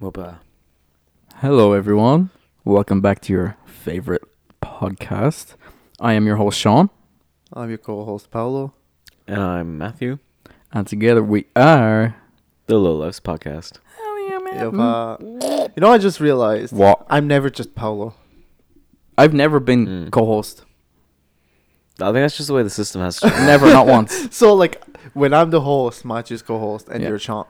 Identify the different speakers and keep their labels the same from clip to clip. Speaker 1: Whoopa.
Speaker 2: Hello, everyone. Welcome back to your favorite podcast. I am your host, Sean,
Speaker 3: I'm your co-host Paolo.
Speaker 1: And I'm Matthew,
Speaker 2: and together we are. Hmm?
Speaker 1: the Low Lives Podcast.
Speaker 3: If,
Speaker 2: Mm.
Speaker 3: uh, you know, I just realized
Speaker 2: What?
Speaker 3: I'm never just Paolo.
Speaker 2: I've never been
Speaker 3: Hmm.
Speaker 1: Mm.
Speaker 2: co host.
Speaker 1: I think that's just the way the system has changed.
Speaker 2: Never, not once.
Speaker 3: So like when I'm the host, Matthew's co-host, and
Speaker 2: Yeah.
Speaker 3: you're Sean.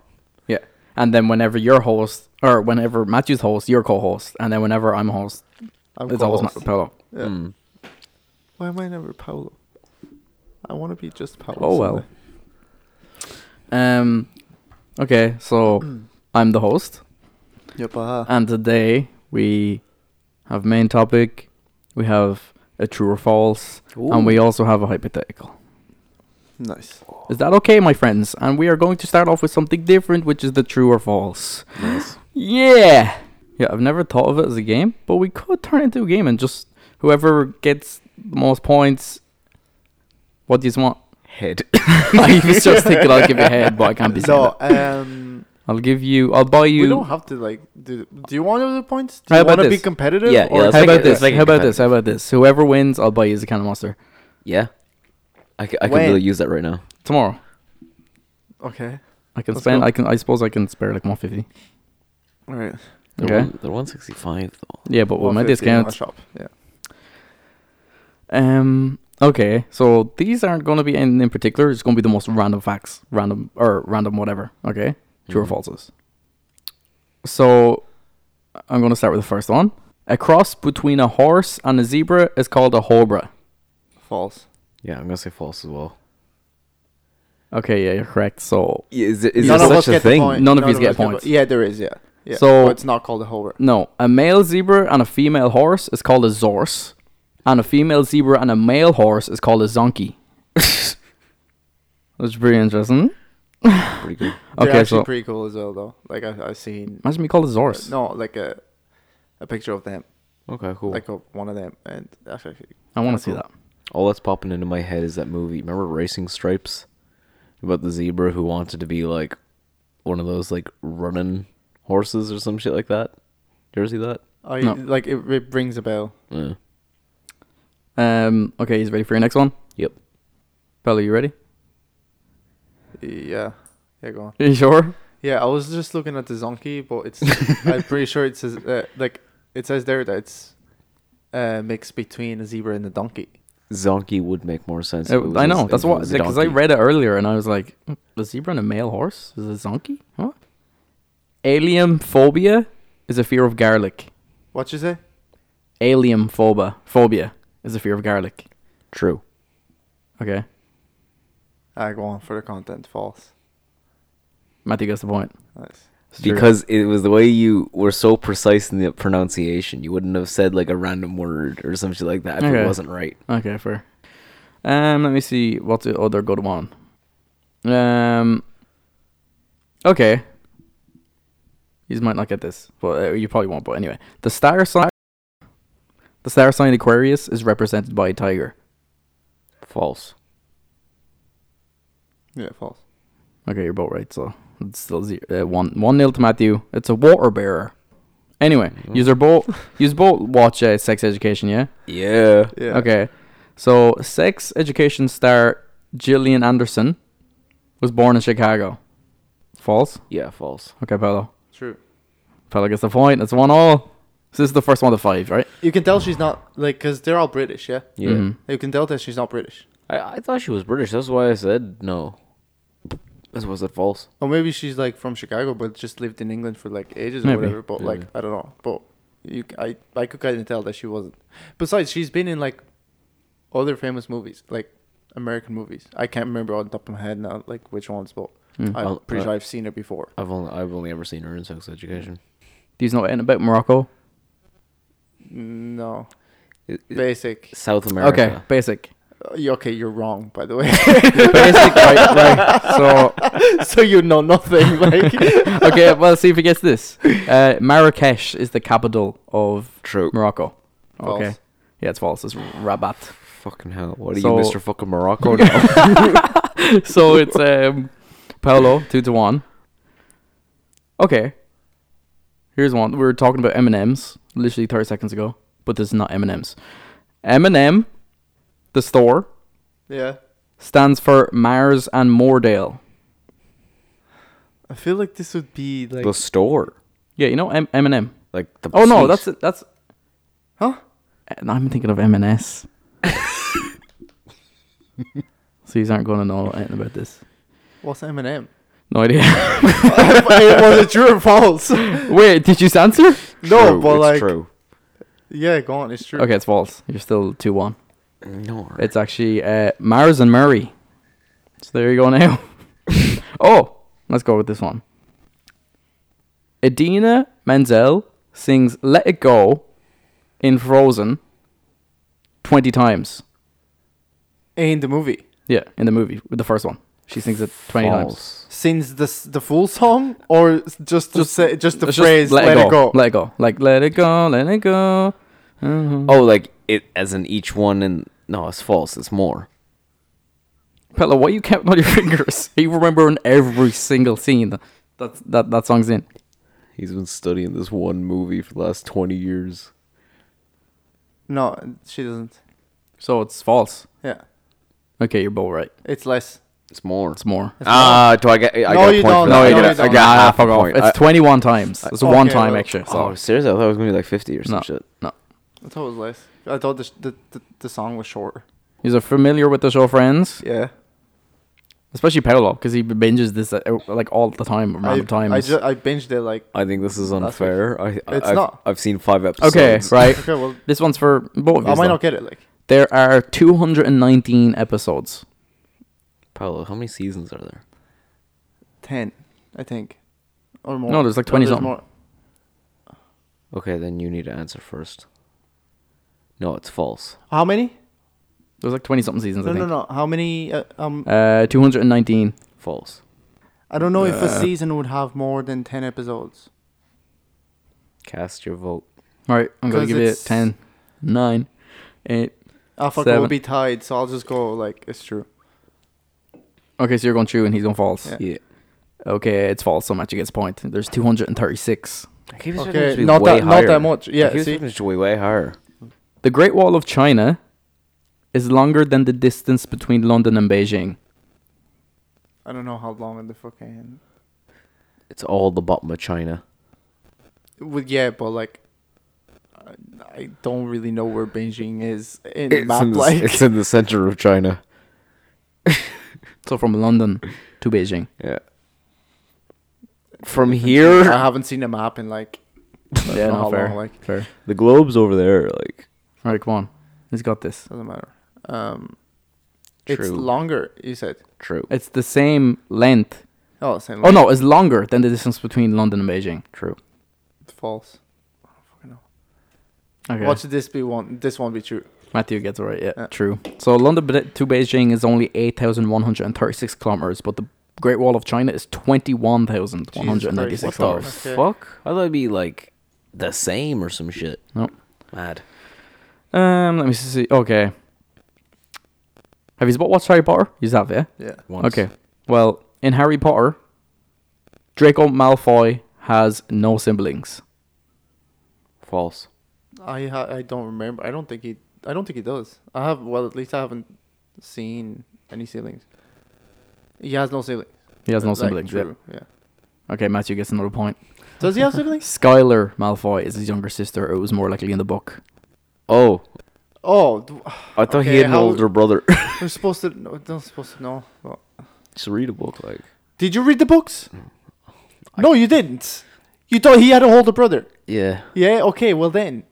Speaker 2: Yeah. And then whenever you're host, or whenever Matthew's host, you're co host. And then whenever I'm host,
Speaker 3: I'm
Speaker 2: it's always
Speaker 3: co-host.
Speaker 2: Matt Pello.
Speaker 3: Yeah.
Speaker 1: Mm.
Speaker 3: Why am I never Paolo? I want to be just Paolo.
Speaker 2: Oh, well.
Speaker 3: someday.
Speaker 2: Um, okay, so I'm the host.
Speaker 3: Yep. Uh,
Speaker 2: And today we have main topic, we have a true or false, Uh, and we also have a hypothetical.
Speaker 3: nice.
Speaker 2: Is that okay, my friends? And we are going to start off with something different, which is the true or false.
Speaker 1: Nice.
Speaker 2: Yeah! Yeah, I've never thought of it as a game, but we could turn it into a game and just whoever gets the most points. What do you want?
Speaker 1: Head.
Speaker 2: I was just thinking I'll give you a head, but I can't be saying
Speaker 3: No.
Speaker 2: that.
Speaker 3: Um.
Speaker 2: I'll give you. I'll buy
Speaker 3: we don't
Speaker 2: you.
Speaker 3: have to like. Do, do you want the points? Do
Speaker 2: How
Speaker 3: you
Speaker 2: about
Speaker 3: want to be
Speaker 2: this?
Speaker 3: competitive?
Speaker 1: Yeah, yeah,
Speaker 3: Or
Speaker 1: let's
Speaker 2: How
Speaker 1: make
Speaker 2: about
Speaker 1: it-
Speaker 2: this?
Speaker 1: let's make it
Speaker 2: How about this? How about this? Whoever wins, I'll buy you the kind of monster
Speaker 1: yeah. I, c- I could
Speaker 3: When?
Speaker 1: really use that right now.
Speaker 2: tomorrow.
Speaker 3: okay.
Speaker 2: I can
Speaker 3: Let's
Speaker 2: spend.
Speaker 3: go.
Speaker 2: I can. I suppose I can spare like one fifty.
Speaker 3: All right.
Speaker 1: They're,
Speaker 2: Okay.
Speaker 1: one, they're 165, though.
Speaker 2: Yeah, but with my
Speaker 3: 150 in
Speaker 2: discount.
Speaker 3: shop. Yeah.
Speaker 2: Um. Okay, so these aren't going to be in in particular. It's going to be the most random facts, random or random whatever. Okay, true or
Speaker 1: Mhm.
Speaker 3: Mm-hmm.
Speaker 2: falses. So, I'm going to start with the first one. A cross between a horse and a zebra is called a hobra.
Speaker 3: False.
Speaker 1: Yeah, I'm going to say false as well.
Speaker 2: Okay, yeah, you're correct. So,
Speaker 1: Is, it, is
Speaker 2: None
Speaker 1: there
Speaker 2: of
Speaker 1: such a thing?
Speaker 2: point. None of yous get
Speaker 3: us po-
Speaker 2: points.
Speaker 3: Yeah, there is. Yeah. Yeah.
Speaker 2: So-
Speaker 3: So it's not called a hover.
Speaker 2: no, a male zebra and a female horse is called a zorse, and a female zebra and a male horse is called a zonkey. That's pretty interesting.
Speaker 1: Pretty good.
Speaker 3: They're
Speaker 2: Okay,
Speaker 3: actually
Speaker 2: so
Speaker 3: pretty cool as well, though. Like I've, I've seen
Speaker 2: imagine me called a zorse.
Speaker 3: no, like a a picture of them,
Speaker 1: Okay, cool.
Speaker 3: like a, one of them, and that's actually
Speaker 2: I want
Speaker 3: kinda
Speaker 2: to see
Speaker 3: cool.
Speaker 2: that.
Speaker 1: All that's popping into my head is that movie. Remember Racing Stripes? About the zebra who wanted to be like one of those like running horses or some shit like that. You ever see that? Uh,
Speaker 3: I
Speaker 2: No.
Speaker 3: Oh, like it, it rings a bell.
Speaker 1: Yeah.
Speaker 2: Um. Okay, he's ready for your next one.
Speaker 1: Yep.
Speaker 2: Bella, you ready?
Speaker 3: Yeah, yeah, go on.
Speaker 2: Are you sure?
Speaker 3: Yeah, I was just looking at the zonkey, but it's I'm pretty sure it says uh, like it says there that it's uh mixed between a zebra and a donkey.
Speaker 1: Zonkey would make more sense. if it was
Speaker 2: Uh, I
Speaker 1: a-
Speaker 2: know.
Speaker 1: if
Speaker 2: That's
Speaker 1: it
Speaker 2: what
Speaker 1: was a
Speaker 2: because I
Speaker 1: donkey.
Speaker 2: read it earlier and I was like, "Hmm, the zebra and a male horse is a donkey? Huh? Alien phobia is a fear of garlic.
Speaker 3: What you say?
Speaker 2: Alien phobia phobia is a fear of garlic.
Speaker 1: True.
Speaker 2: Okay,
Speaker 3: I Ah, go on for the content. False.
Speaker 2: Matthew gets the point.
Speaker 3: Nice.
Speaker 2: It's true.
Speaker 1: Because it was the way you were so precise in the pronunciation. You wouldn't have said like a random word or something like that if
Speaker 2: Okay.
Speaker 1: it wasn't right.
Speaker 2: Okay, fair. Um, let me see what's the other good one. Um, okay. You might not get this, but uh, you probably won't. But anyway, the star sign, the star sign Aquarius is represented by a tiger.
Speaker 1: False.
Speaker 3: Yeah, false.
Speaker 2: Okay, you're both right. So it's still zero, uh, one one nil to Matthew. It's a water bearer. Anyway, use are both use both watch uh, Sex Education. Yeah.
Speaker 1: Yeah.
Speaker 3: Yeah.
Speaker 2: Okay. So, sex education star Gillian Anderson was born in Chicago. False?
Speaker 1: Yeah, false.
Speaker 2: Okay, Paolo.
Speaker 3: True.
Speaker 2: Paolo gets the point. It's one all. So this is the first one to five, right?
Speaker 3: You can tell she's not like because they're all British. Yeah.
Speaker 1: Yeah.
Speaker 2: Mhm.
Speaker 3: You can tell that she's not British.
Speaker 1: I, I thought she was British. That's why I said no. This was it false.
Speaker 3: Or maybe she's like from Chicago, but just lived in England for like ages
Speaker 2: Maybe.
Speaker 3: or whatever. But like,
Speaker 1: Yeah.
Speaker 3: I don't know. But you, c- I, I could kind of tell that she wasn't. Besides, she's been in like other famous movies, like American movies. I can't remember on top of my head now, like which ones, but
Speaker 2: Mm.
Speaker 3: I'm
Speaker 1: I'll-
Speaker 3: pretty
Speaker 1: uh,
Speaker 3: sure I've seen her before.
Speaker 1: I've only I've only ever seen her in sex education.
Speaker 2: Do you know anything about Morocco?
Speaker 3: No,
Speaker 1: It- it-
Speaker 3: basic.
Speaker 1: South America.
Speaker 2: Okay, basic.
Speaker 3: Uh, you- Okay, you're wrong, by the way.
Speaker 2: basic, right, right. So,
Speaker 3: so you know nothing. Like,
Speaker 2: okay, well, see if he gets this. Uh, Marrakesh is the capital of
Speaker 1: True.
Speaker 2: Morocco.
Speaker 3: False.
Speaker 2: Okay. Yeah, it's false. It's Rabat.
Speaker 1: Fucking hell. What are
Speaker 2: So-
Speaker 1: you, Mr. Fucking Morocco now?
Speaker 2: so it's um Paolo two to one. Okay. Here's one. We were talking about M and M's literally 30 seconds ago, but this is not M and M's. M and M, the store
Speaker 3: Yeah.
Speaker 2: stands for Mars and Moordale.
Speaker 3: I feel like this would be like.
Speaker 1: the store,
Speaker 2: Yeah, you know M M and M.
Speaker 1: like the.
Speaker 2: Oh no,
Speaker 1: seat.
Speaker 2: that's it. That's
Speaker 3: huh?
Speaker 2: And I'm thinking of M&S. so you aren't going to know anything about this.
Speaker 3: What's Eminem?
Speaker 2: No idea.
Speaker 3: was it true or false?
Speaker 2: Wait, did you answer?
Speaker 3: no,
Speaker 1: True,
Speaker 3: but
Speaker 1: it's
Speaker 3: like.
Speaker 1: true.
Speaker 3: Yeah, go on. It's true.
Speaker 2: Okay, it's false. You're still 2-1.
Speaker 1: No,
Speaker 2: It's actually uh, Mars and Murray. So there you go now. oh, let's go with this one. Edina Menzel sings Let It Go in Frozen 20 times.
Speaker 3: In the movie.
Speaker 2: Yeah, in the movie, with the first one. She sings it 20 times.
Speaker 1: false.
Speaker 3: Since the s- the full song or s- just the
Speaker 2: Just-
Speaker 3: say, just the
Speaker 2: It's just
Speaker 3: phrase let, it go.
Speaker 2: Let it go. Like let it go, let it go. Mhm.
Speaker 1: Oh, like it as in each one, and no, it's false. It's more.
Speaker 2: Pella, why you kept on your fingers? You remember in every single scene that that that song's in.
Speaker 1: He's been studying this one movie for the last twenty years.
Speaker 3: no, she doesn't.
Speaker 2: So it's false.
Speaker 3: Yeah,
Speaker 2: Okay, you're both right.
Speaker 3: it's less.
Speaker 1: It's more.
Speaker 2: It's more.
Speaker 1: Ah, do I get? I
Speaker 3: No,
Speaker 1: got a
Speaker 3: you
Speaker 1: point
Speaker 3: don't.
Speaker 1: For that.
Speaker 3: No,
Speaker 1: I
Speaker 3: you
Speaker 1: get a-
Speaker 3: don't. Ah,
Speaker 1: I got
Speaker 3: Nah,
Speaker 1: half a
Speaker 2: fuck off.
Speaker 1: point.
Speaker 2: It's
Speaker 1: I-
Speaker 2: 21 times. It's
Speaker 3: Okay,
Speaker 2: one time
Speaker 3: well-
Speaker 2: extra.
Speaker 1: Oh,
Speaker 2: So
Speaker 1: seriously, I thought it was gonna be like fifty or some
Speaker 2: no,
Speaker 1: shit.
Speaker 2: no.
Speaker 3: I thought it was less. I thought the sh- the, the, the song was shorter.
Speaker 2: He's a familiar with the show Friends,
Speaker 3: Yeah,
Speaker 2: especially Paolo, because he binges this uh, like all the time, random
Speaker 3: I,
Speaker 2: times.
Speaker 3: I, ju- I binged it like
Speaker 1: I think this is
Speaker 3: Last week.
Speaker 1: unfair. I, I,
Speaker 3: It's
Speaker 1: I've,
Speaker 3: not.
Speaker 1: I've seen five episodes.
Speaker 2: okay, right.
Speaker 3: okay. Well,
Speaker 2: This one's for both. of
Speaker 3: I
Speaker 2: yous,
Speaker 3: might
Speaker 2: though.
Speaker 3: not get it. Like
Speaker 2: There are 219 episodes.
Speaker 1: Paolo, how many seasons are there?
Speaker 3: ten, I think, or more.
Speaker 2: No, there's like 20 something.
Speaker 3: more.
Speaker 1: Okay, then you need to answer first. No, it's false.
Speaker 3: How many?
Speaker 2: There's like 20 something seasons,
Speaker 3: No,
Speaker 2: I
Speaker 3: no,
Speaker 2: think.
Speaker 3: no. How many? Uh, um,
Speaker 2: Uh, 219.
Speaker 1: False.
Speaker 3: I don't know if a
Speaker 2: Uh,
Speaker 3: season would have more than ten episodes.
Speaker 1: Cast your vote.
Speaker 2: All right, I'm going
Speaker 3: 'Cause
Speaker 2: to give it
Speaker 3: it's-
Speaker 2: 10, 9, 8.
Speaker 3: I fuck
Speaker 2: Seven.
Speaker 3: will be tied, so I'll just go like it's true.
Speaker 2: Okay, so you're going true and he's going false.
Speaker 3: Yeah.
Speaker 1: Yeah.
Speaker 2: Okay, it's false, so much gets a point. There's 236.
Speaker 1: I keep expecting it to
Speaker 3: Okay,
Speaker 1: be
Speaker 3: not
Speaker 1: way
Speaker 3: that, not
Speaker 1: higher.
Speaker 3: that much.
Speaker 1: I
Speaker 3: Yeah,
Speaker 1: keep
Speaker 3: see,
Speaker 1: expecting it to be way higher.
Speaker 2: The Great Wall of China is longer than the distance between London and Beijing.
Speaker 3: I don't know how long the fucking.
Speaker 1: It's all the bottom of China.
Speaker 3: Well, yeah, but like, I- I don't really know where Beijing is in
Speaker 1: It's
Speaker 3: map.
Speaker 1: in, the,
Speaker 3: like,
Speaker 1: it's in the center of China.
Speaker 2: So from London to Beijing.
Speaker 1: Yeah. From
Speaker 3: I
Speaker 1: here,
Speaker 3: haven't seen a map in like. I don't
Speaker 2: yeah,
Speaker 3: know
Speaker 2: no,
Speaker 3: how
Speaker 2: fair.
Speaker 3: long, like,
Speaker 2: fair.
Speaker 1: the globe's over there. Like,
Speaker 2: All right, come on. He's got this.
Speaker 3: doesn't matter. Um, it's
Speaker 1: True.
Speaker 3: longer. You said.
Speaker 1: true,
Speaker 2: It's the same length.
Speaker 3: Oh, same.
Speaker 2: Oh, no, it's longer than the distance between London and Beijing.
Speaker 1: true.
Speaker 3: false. I don't fucking know.
Speaker 2: Okay.
Speaker 3: What should this be? One. This one be true.
Speaker 2: Matthew gets it right. Yeah,
Speaker 3: Yeah.
Speaker 2: true. So London be- to Beijing is only eight thousand one hundred and thirty-six kilometers, but the Great Wall of China is twenty-one thousand one hundred and
Speaker 1: What
Speaker 2: ninety-six
Speaker 3: Jesus Christ.
Speaker 1: the
Speaker 2: kilometers.
Speaker 3: Okay.
Speaker 1: fuck? I thought it'd be like the same or some shit.
Speaker 2: No.
Speaker 1: Mad.
Speaker 2: Um, let me see. Okay. Have you watched Harry Potter? You have, yeah.
Speaker 3: Yeah.
Speaker 1: Once.
Speaker 2: Okay. Well, in Harry Potter, Draco Malfoy has no siblings.
Speaker 1: False.
Speaker 3: I ha- I don't remember. I don't think he. I don't think he does. I have. Well, at least I haven't seen any siblings. He has no siblings.
Speaker 2: He has no
Speaker 3: Like,
Speaker 2: siblings. Yeah.
Speaker 3: True. Yeah.
Speaker 2: Okay, Matthew gets another point.
Speaker 3: Does he have siblings?
Speaker 2: Skylar Malfoy is his younger sister. It was more likely in the book.
Speaker 1: Oh,
Speaker 3: Oh, d-
Speaker 1: I thought he
Speaker 3: Okay,
Speaker 1: had an
Speaker 3: how-
Speaker 1: older brother.
Speaker 3: we're supposed to. No, we're not supposed to know. Well,
Speaker 1: Just read a book, like.
Speaker 3: Did you read the books?
Speaker 1: Mm.
Speaker 3: No, you didn't. You thought he had an older brother.
Speaker 1: Yeah.
Speaker 3: Yeah. Okay. Well then.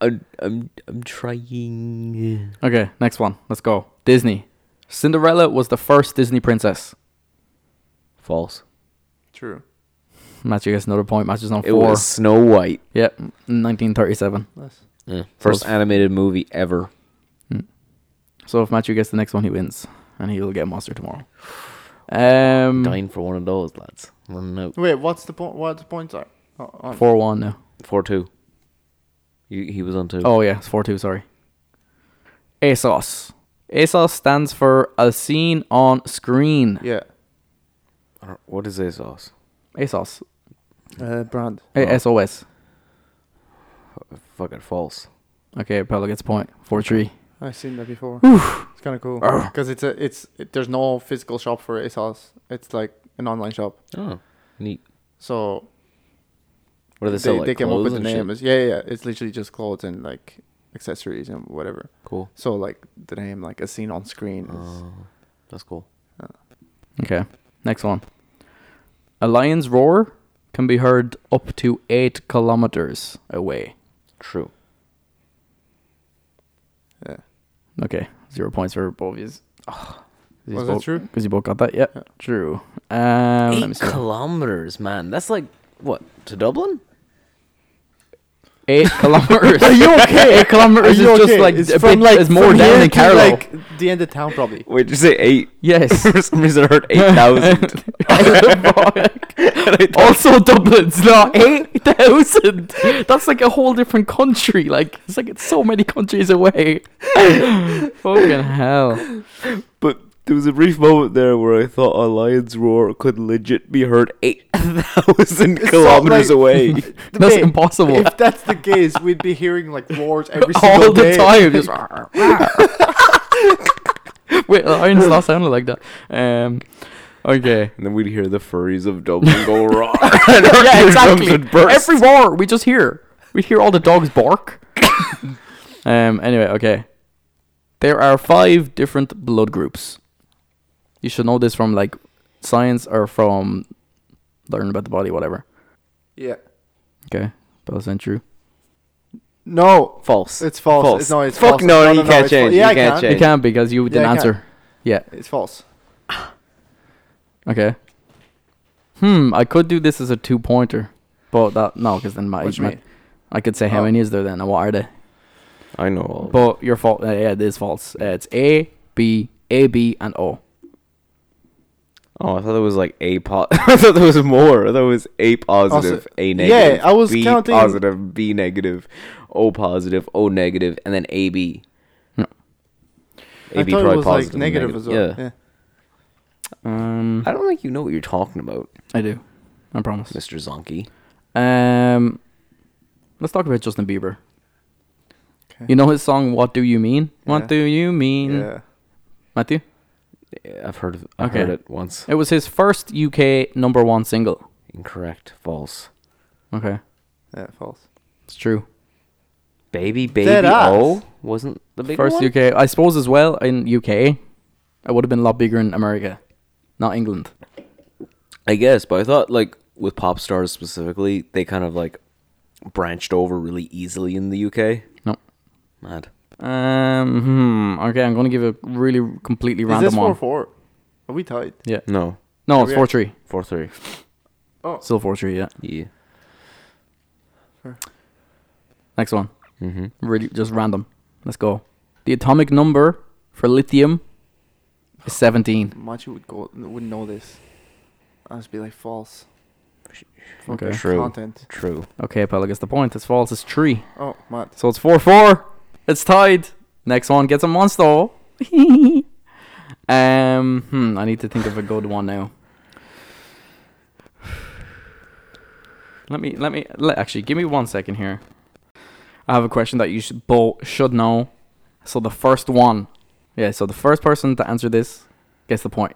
Speaker 1: I'm, I'm, I'm trying.
Speaker 2: Okay, next one. Let's go. Disney. Cinderella was the first Disney princess.
Speaker 1: False.
Speaker 3: True.
Speaker 2: Matthew gets another point. Matches on
Speaker 1: It
Speaker 2: four.
Speaker 1: was Snow White.
Speaker 2: Yep, 1937.
Speaker 3: Nice.
Speaker 1: First
Speaker 2: Was-
Speaker 1: animated movie ever.
Speaker 2: So if Matthew gets the next one, he wins, and he will get a monster tomorrow. Um,
Speaker 1: Dying for one of those, lads. Running out.
Speaker 3: Wait. What's the point? What the points are? Oh, on.
Speaker 2: four one now.
Speaker 1: 4 2. He, he was on 2.
Speaker 2: Oh yeah, it's four two. Sorry. ASOS. ASOS stands for a scene on screen.
Speaker 3: Yeah.
Speaker 1: What is this sauce?
Speaker 2: ASOS.
Speaker 3: Uh, brand.
Speaker 2: Hey,
Speaker 1: Oh.
Speaker 2: SOS.
Speaker 1: Fucking false.
Speaker 2: Okay, Pella gets a point. Four three.
Speaker 3: I've seen that before. It's kind of cool because it's a it's it, there's no physical shop for ASOS. It's like an online shop.
Speaker 1: Oh, neat.
Speaker 3: So
Speaker 1: What do they sell? like
Speaker 3: they came up
Speaker 1: clothes
Speaker 3: with the
Speaker 1: and
Speaker 3: name.
Speaker 1: shit?
Speaker 3: It's- Yeah, yeah, yeah. It's literally just clothes and like accessories and whatever.
Speaker 1: Cool.
Speaker 3: So like the name, like a scene on screen. Is,
Speaker 1: Oh, that's cool.
Speaker 2: Okay, next one. A lion's roar can be heard up to eight kilometers away.
Speaker 1: True.
Speaker 3: yeah.
Speaker 2: Okay, zero points for both of yous. Ugh.
Speaker 3: Was that true?
Speaker 2: Because you both got that. Yeah,
Speaker 3: Yeah.
Speaker 2: true. Um, let me
Speaker 1: Eight
Speaker 2: see.
Speaker 1: kilometers, man. That's like what to Dublin?
Speaker 2: Eight kilometers. Are you okay? Eight kilometers is just like a bit. it's more
Speaker 3: from
Speaker 2: down
Speaker 3: here
Speaker 2: than
Speaker 3: to,
Speaker 2: Carlow.
Speaker 3: Like the end of town, probably.
Speaker 1: Wait, did you say eight?
Speaker 2: yes.
Speaker 1: For some reason, I heard eight thousand.
Speaker 2: also, Dublin's not eight thousand. That's like a whole different country. Like it's like it's so many countries away. Fucking hell!
Speaker 1: But there was a brief moment there where I thought a lion's roar could legit be heard eight thousand kilometers
Speaker 3: like-
Speaker 1: away.
Speaker 2: That's
Speaker 3: Hey,
Speaker 2: impossible.
Speaker 3: If that's the case, we'd be hearing like roars every single
Speaker 2: All the
Speaker 3: day.
Speaker 2: time. Just Wait, Lion's not sounded like that. Um, okay.
Speaker 1: and then we'd hear the furries of Dublin go roar. and our
Speaker 2: yeah,
Speaker 1: eardrums
Speaker 2: exactly.
Speaker 1: would burst.
Speaker 2: Every roar we just hear. We hear all the dogs bark. um. Anyway, okay. There are five different blood groups. You should know this from like science or from learning about the body, whatever.
Speaker 3: Yeah.
Speaker 2: Okay, Bella's ain't true.
Speaker 3: No.
Speaker 1: false.
Speaker 3: It's false. It's- no, it's
Speaker 1: Fuck
Speaker 3: false.
Speaker 1: no,
Speaker 3: No,
Speaker 1: you
Speaker 3: no, no,
Speaker 1: can't
Speaker 3: it's
Speaker 1: change.
Speaker 3: false. Yeah,
Speaker 1: you
Speaker 3: I
Speaker 1: can't
Speaker 3: can.
Speaker 1: change.
Speaker 2: You can because you didn't
Speaker 3: I can.
Speaker 2: answer. Yeah.
Speaker 3: It's false.
Speaker 2: Okay. Hmm. I could do this as a two pointer, but that no, because then my,
Speaker 3: What do you
Speaker 2: my
Speaker 3: mean?
Speaker 2: I could say how
Speaker 3: Oh.
Speaker 2: many is there then and what are they.
Speaker 1: I know. All but
Speaker 2: But your fault. Uh, yeah, it is false. Uh, it's A, B, A, B, and O.
Speaker 1: oh, I thought there was like a po- I thought there was more. I thought it was a positive,
Speaker 3: Also-
Speaker 1: a negative.
Speaker 3: yeah, I was
Speaker 1: B
Speaker 3: counting-
Speaker 1: positive, B negative, O positive, O negative, and then A B.
Speaker 2: No.
Speaker 1: A B
Speaker 3: I thought
Speaker 1: probably
Speaker 3: it was
Speaker 1: positive
Speaker 3: like
Speaker 1: and
Speaker 3: negative as well.
Speaker 1: Yeah.
Speaker 3: Yeah.
Speaker 2: Um,
Speaker 1: I don't think you know what you're talking about,
Speaker 2: I do. I promise.
Speaker 1: Mr. Zonky.
Speaker 2: Um, let's talk about Justin Bieber.
Speaker 3: Okay.
Speaker 2: You know his song "What Do You Mean?"
Speaker 3: Yeah.
Speaker 2: What do you mean,
Speaker 3: Yeah.
Speaker 2: Matthew?
Speaker 1: Yeah, I've heard of, I've
Speaker 2: Okay.
Speaker 1: heard it once.
Speaker 2: It was his first UK number one single.
Speaker 1: Incorrect. False.
Speaker 2: Okay,
Speaker 3: Yeah. False.
Speaker 2: it's true.
Speaker 1: Baby baby
Speaker 3: Dead ass.
Speaker 1: O wasn't the big
Speaker 2: first
Speaker 1: one.
Speaker 2: UK, I suppose as well in UK, it would have been a lot bigger in America, not England.
Speaker 1: I guess, but I thought like with pop stars specifically, they kind of like branched over really easily in the UK.
Speaker 2: No.
Speaker 1: Mad.
Speaker 2: Um. Hmm. Okay, I'm gonna give a really completely
Speaker 3: Is
Speaker 2: random
Speaker 3: this
Speaker 2: one.
Speaker 3: four Oh, four? Are we tied?
Speaker 2: Yeah.
Speaker 1: No.
Speaker 2: No, it's
Speaker 3: Okay.
Speaker 2: four three.
Speaker 1: Four three.
Speaker 3: Oh,
Speaker 2: Still four three. Yeah.
Speaker 1: Yeah.
Speaker 2: Next one.
Speaker 1: Mm-hmm.
Speaker 2: Really, just random. Let's go. The atomic number for lithium is seventeen.
Speaker 3: Machu would go would know this. I'd just be like false.
Speaker 2: Okay.
Speaker 3: Fucking
Speaker 1: True.
Speaker 3: Content.
Speaker 1: True.
Speaker 2: Okay, Pella gets the point. It's false. It's three.
Speaker 3: Oh, Matt.
Speaker 2: So it's four four. It's tied. Next one gets a monster. um. Hmm. I need to think of a good one now. Let me. Let me. Let, actually, give me one second here. I have a question that you should both should know. So the first one, yeah. So the first person to answer this gets the point.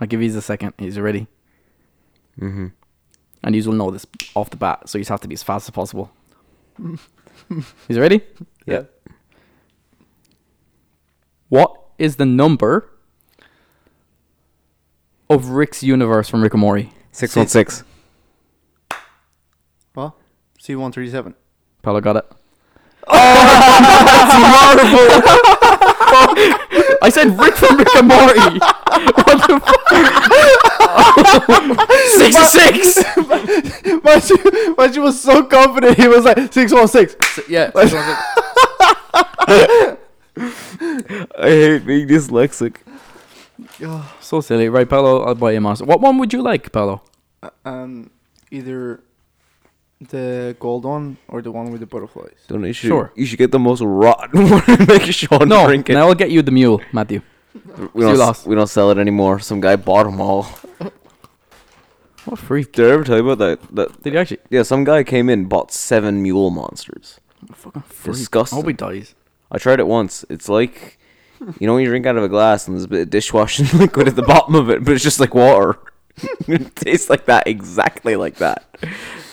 Speaker 2: I'll give you a second. He's ready,
Speaker 1: Mm-hmm.
Speaker 2: and you will know this off the bat. So you just have to be as fast as possible. He's ready.
Speaker 1: Yeah.
Speaker 2: What is the number of Rick's universe from Rick and Morty?
Speaker 1: Six one six.
Speaker 3: Well, C one thirty seven.
Speaker 2: Paolo got it. I said Rick from Rick and Morty. What the fuck? six six.
Speaker 3: Machu, Machu was so confident. He was like six one six.
Speaker 2: Yeah.
Speaker 1: I hate being dyslexic.
Speaker 2: So silly, right, Paolo? I'll buy you a monster. What one would you like, Paolo?
Speaker 3: Um, either the gold one or the one with the butterflies.
Speaker 1: Don't you should,
Speaker 2: Sure.
Speaker 1: you should get the most rotten one and make Sean
Speaker 2: No,
Speaker 1: drink it.
Speaker 2: now I'll get you the mule, Matthew.
Speaker 1: we
Speaker 2: you
Speaker 1: don't s-
Speaker 2: lost.
Speaker 1: we don't sell it anymore. Some guy bought them all.
Speaker 2: What a freak?
Speaker 1: Did I ever tell you about that? That
Speaker 2: Did he actually?
Speaker 1: yeah, some guy came in bought seven mule monsters.
Speaker 2: What a fucking freak.
Speaker 1: Disgusting.
Speaker 2: I hope he dies.
Speaker 1: I tried it once. It's like you know when you drink out of a glass and there's a bit of dishwashing liquid at the bottom of it, but it's just like water. it tastes like that, exactly like that.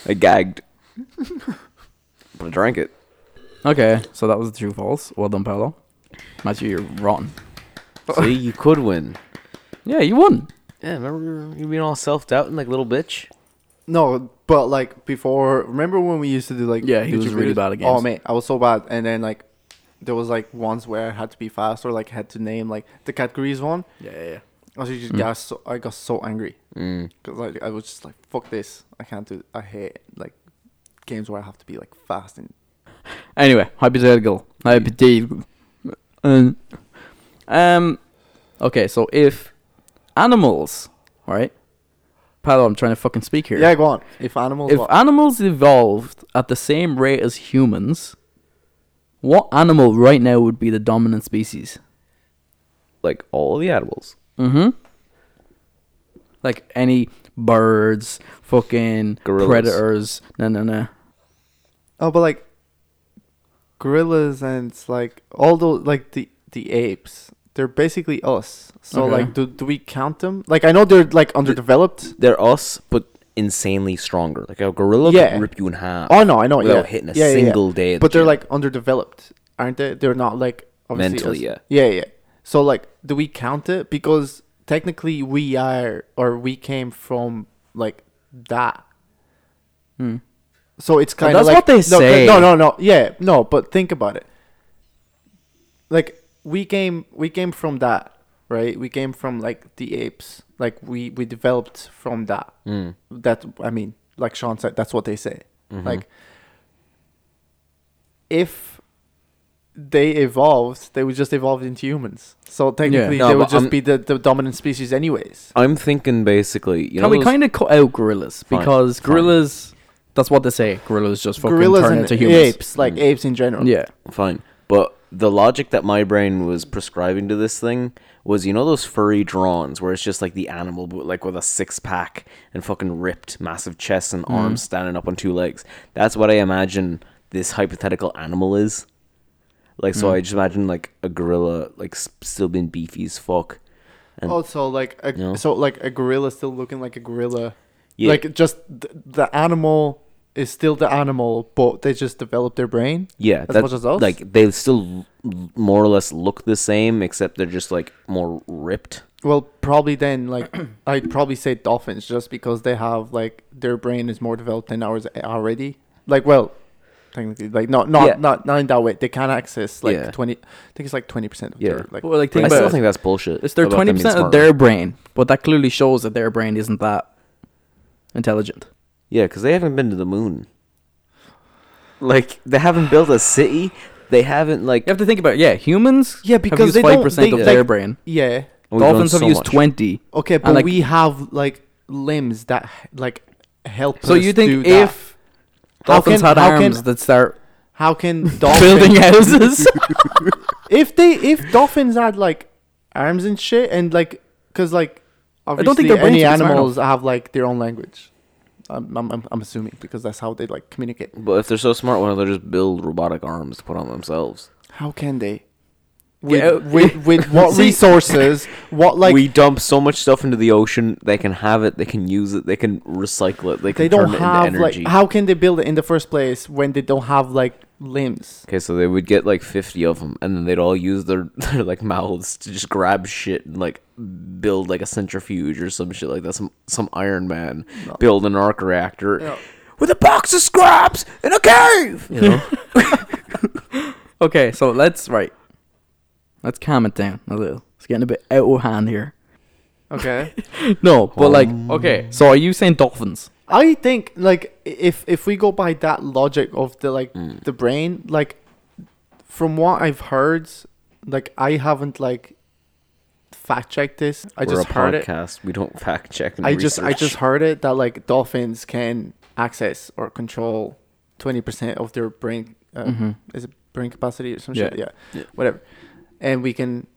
Speaker 1: I gagged. But I drank it.
Speaker 2: Okay, so that was the true false. Well done, Paolo. Matthew, you're rotten.
Speaker 1: See, you could win.
Speaker 2: Yeah, you won.
Speaker 1: Yeah, remember you were- you being all self doubting like little bitch?
Speaker 3: No, but like before, remember when we used to do like
Speaker 2: Yeah, he
Speaker 3: YouTube
Speaker 2: was really
Speaker 3: videos?
Speaker 2: bad at
Speaker 3: Oh
Speaker 2: games.
Speaker 3: man, I was so bad, and then like there was like once where I had to be fast or like had to name like the categories one.
Speaker 2: Yeah, yeah, yeah.
Speaker 3: I was just
Speaker 2: Mm.
Speaker 3: got so I got so angry
Speaker 1: Mm.
Speaker 3: because like I was just like fuck this, I can't do. I hate like games where I have to be like fast and
Speaker 2: Anyway, hypothetical. Hypothetical. Um, um, okay, so if animals, right? Paolo, I'm trying to fucking speak here.
Speaker 3: yeah. Go on. If animals,
Speaker 2: If
Speaker 3: wa-
Speaker 2: animals evolved at the same rate as humans, what animal right now would be the dominant species?
Speaker 1: Like all the animals.
Speaker 2: Mm-hmm. Like any birds, fucking
Speaker 1: Gorillas.
Speaker 2: predators. No, no, no.
Speaker 3: oh, but like gorillas and like all those like the the apes, they're basically us. So
Speaker 2: Okay.
Speaker 3: like, do do we count them? Like I know they're like underdeveloped.
Speaker 1: They're us, but insanely stronger. Like a gorilla
Speaker 3: Yeah.
Speaker 1: could rip you in half.
Speaker 3: Oh no, I know.
Speaker 1: without
Speaker 3: yeah.
Speaker 1: hitting a
Speaker 3: Yeah, yeah, yeah.
Speaker 1: single day. at the
Speaker 3: But they're
Speaker 1: gym.
Speaker 3: like underdeveloped, aren't they? They're not like
Speaker 1: Mentally,
Speaker 3: us- yeah, yeah. So like, do we count it? Because technically, we are or we came from like that.
Speaker 2: Hmm.
Speaker 3: So it's kind of
Speaker 2: that's
Speaker 3: like
Speaker 2: what they
Speaker 3: no,
Speaker 2: say.
Speaker 3: No, no, no. Yeah, no. But think about it. Like we came, we came from that, right? We came from like the apes. Like we we developed from that.
Speaker 1: Mm.
Speaker 3: That I mean, like Sean said, that's what they say.
Speaker 2: Mm-hmm.
Speaker 3: Like if they evolved, they would just evolve into humans. So technically,
Speaker 1: No,
Speaker 3: they
Speaker 1: but
Speaker 3: would just
Speaker 1: I'm-
Speaker 3: be the, the dominant species, anyways.
Speaker 1: I'm thinking basically, you know,
Speaker 2: Can we
Speaker 1: those-
Speaker 2: kind of cut out oh, gorillas
Speaker 1: Fine,
Speaker 2: because
Speaker 1: fine.
Speaker 2: gorillas? That's what they say. Gorillas just fucking
Speaker 3: Gorillas
Speaker 2: turn
Speaker 3: and
Speaker 2: into humans. Mm.
Speaker 3: apes, like apes in general.
Speaker 2: Yeah.
Speaker 1: fine, but the logic that my brain was prescribing to this thing was, you know, those furry drawings where it's just like the animal, but like with a six pack and fucking ripped, massive chest
Speaker 2: Mm-hmm.
Speaker 1: and arms standing up on two legs. That's what I imagine this hypothetical animal is. Like,
Speaker 2: Mm.
Speaker 1: so I just imagine like a gorilla, like s- still being beefy as fuck. And
Speaker 3: Also, like a,
Speaker 1: No.
Speaker 3: so, like a gorilla still looking like a gorilla.
Speaker 1: Yeah.
Speaker 3: Like just th- the animal is still the animal, but they just develop their brain.
Speaker 1: yeah,
Speaker 3: as much as
Speaker 1: that's
Speaker 3: us?
Speaker 1: like they still l- more or less look the same, except they're just like more ripped.
Speaker 3: Well, probably then, like I'd probably say dolphins, just because they have like their brain is more developed than ours eh, already. Like, well, technically, like not not
Speaker 1: Yeah.
Speaker 3: not not in that way. They can access like
Speaker 1: Yeah.
Speaker 3: twenty. I think it's like twenty percent of
Speaker 1: Yeah.
Speaker 3: their like.
Speaker 2: Well,
Speaker 1: I
Speaker 2: like, think
Speaker 3: brain.
Speaker 2: about
Speaker 1: still
Speaker 2: it.
Speaker 1: think that's bullshit.
Speaker 2: It's their
Speaker 1: about them
Speaker 2: twenty
Speaker 1: being
Speaker 2: percent of
Speaker 1: smarter.
Speaker 2: their brain, but that clearly shows that their brain isn't that intelligent.
Speaker 1: Yeah, because they haven't been to the moon. Like they haven't built a city. They haven't like
Speaker 2: You have to think about it. yeah, humans.
Speaker 3: Yeah,
Speaker 2: have
Speaker 3: because they
Speaker 2: used
Speaker 3: don't-
Speaker 2: five percent
Speaker 3: they-
Speaker 2: of their
Speaker 3: like-
Speaker 2: brain.
Speaker 3: yeah.
Speaker 1: we've done
Speaker 2: Dolphins have
Speaker 1: so
Speaker 2: used
Speaker 1: much.
Speaker 2: twenty.
Speaker 3: Okay, but
Speaker 2: like-
Speaker 3: we have like limbs that like help.
Speaker 2: So
Speaker 3: us
Speaker 2: you
Speaker 3: do
Speaker 2: think
Speaker 3: that.
Speaker 2: if dolphins
Speaker 3: can-
Speaker 2: had
Speaker 3: how can-
Speaker 2: arms that start
Speaker 3: how can
Speaker 2: building
Speaker 3: dolphins
Speaker 2: houses?
Speaker 3: if they if dolphins had like arms and shit and like because like
Speaker 2: don't
Speaker 3: obviously
Speaker 2: think their brains
Speaker 3: any
Speaker 2: would be smart
Speaker 3: animals have like their own language. I'm, I'm, I'm- I'm assuming because that's how they like communicate.
Speaker 1: But if they're so smart, why don't they just build robotic arms to put on themselves?
Speaker 3: How can they? With,
Speaker 2: Yeah, uh,
Speaker 3: with, with what
Speaker 2: See-
Speaker 3: resources? What like
Speaker 1: we dump so much stuff into the ocean. They can have it. They can use it. They can recycle it. They can
Speaker 3: they don't
Speaker 1: turn it
Speaker 3: have
Speaker 1: into energy.
Speaker 3: like how can they build it in the first place when they don't have like limbs?
Speaker 1: okay, so they would get like fifty of them, and then they'd all use their, their like mouths to just grab shit and like build like a centrifuge or some shit like that. Some some Iron Man build an arc reactor
Speaker 3: No.
Speaker 1: with a box of scraps in a cave. You know.
Speaker 2: okay, so let's right. Let's calm it down a little. It's getting a bit out of hand here.
Speaker 3: Okay.
Speaker 2: No,
Speaker 3: Oh.
Speaker 2: but like, okay. So are you saying dolphins?
Speaker 3: I think like if if we go by that logic of the like
Speaker 1: Hmm.
Speaker 3: the brain, like from what I've heard, like I haven't like fact checked this. I
Speaker 1: We're
Speaker 3: just
Speaker 1: a
Speaker 3: heard it.
Speaker 1: podcast. We don't fact check. And
Speaker 3: I just I
Speaker 1: research.
Speaker 3: just heard it that like dolphins can access or control twenty percent of their brain uh,
Speaker 2: Mhm.
Speaker 3: is it brain capacity or some shit.
Speaker 2: Yeah.
Speaker 3: Yeah.
Speaker 1: Mm-hmm. Yeah.
Speaker 3: Whatever. And we can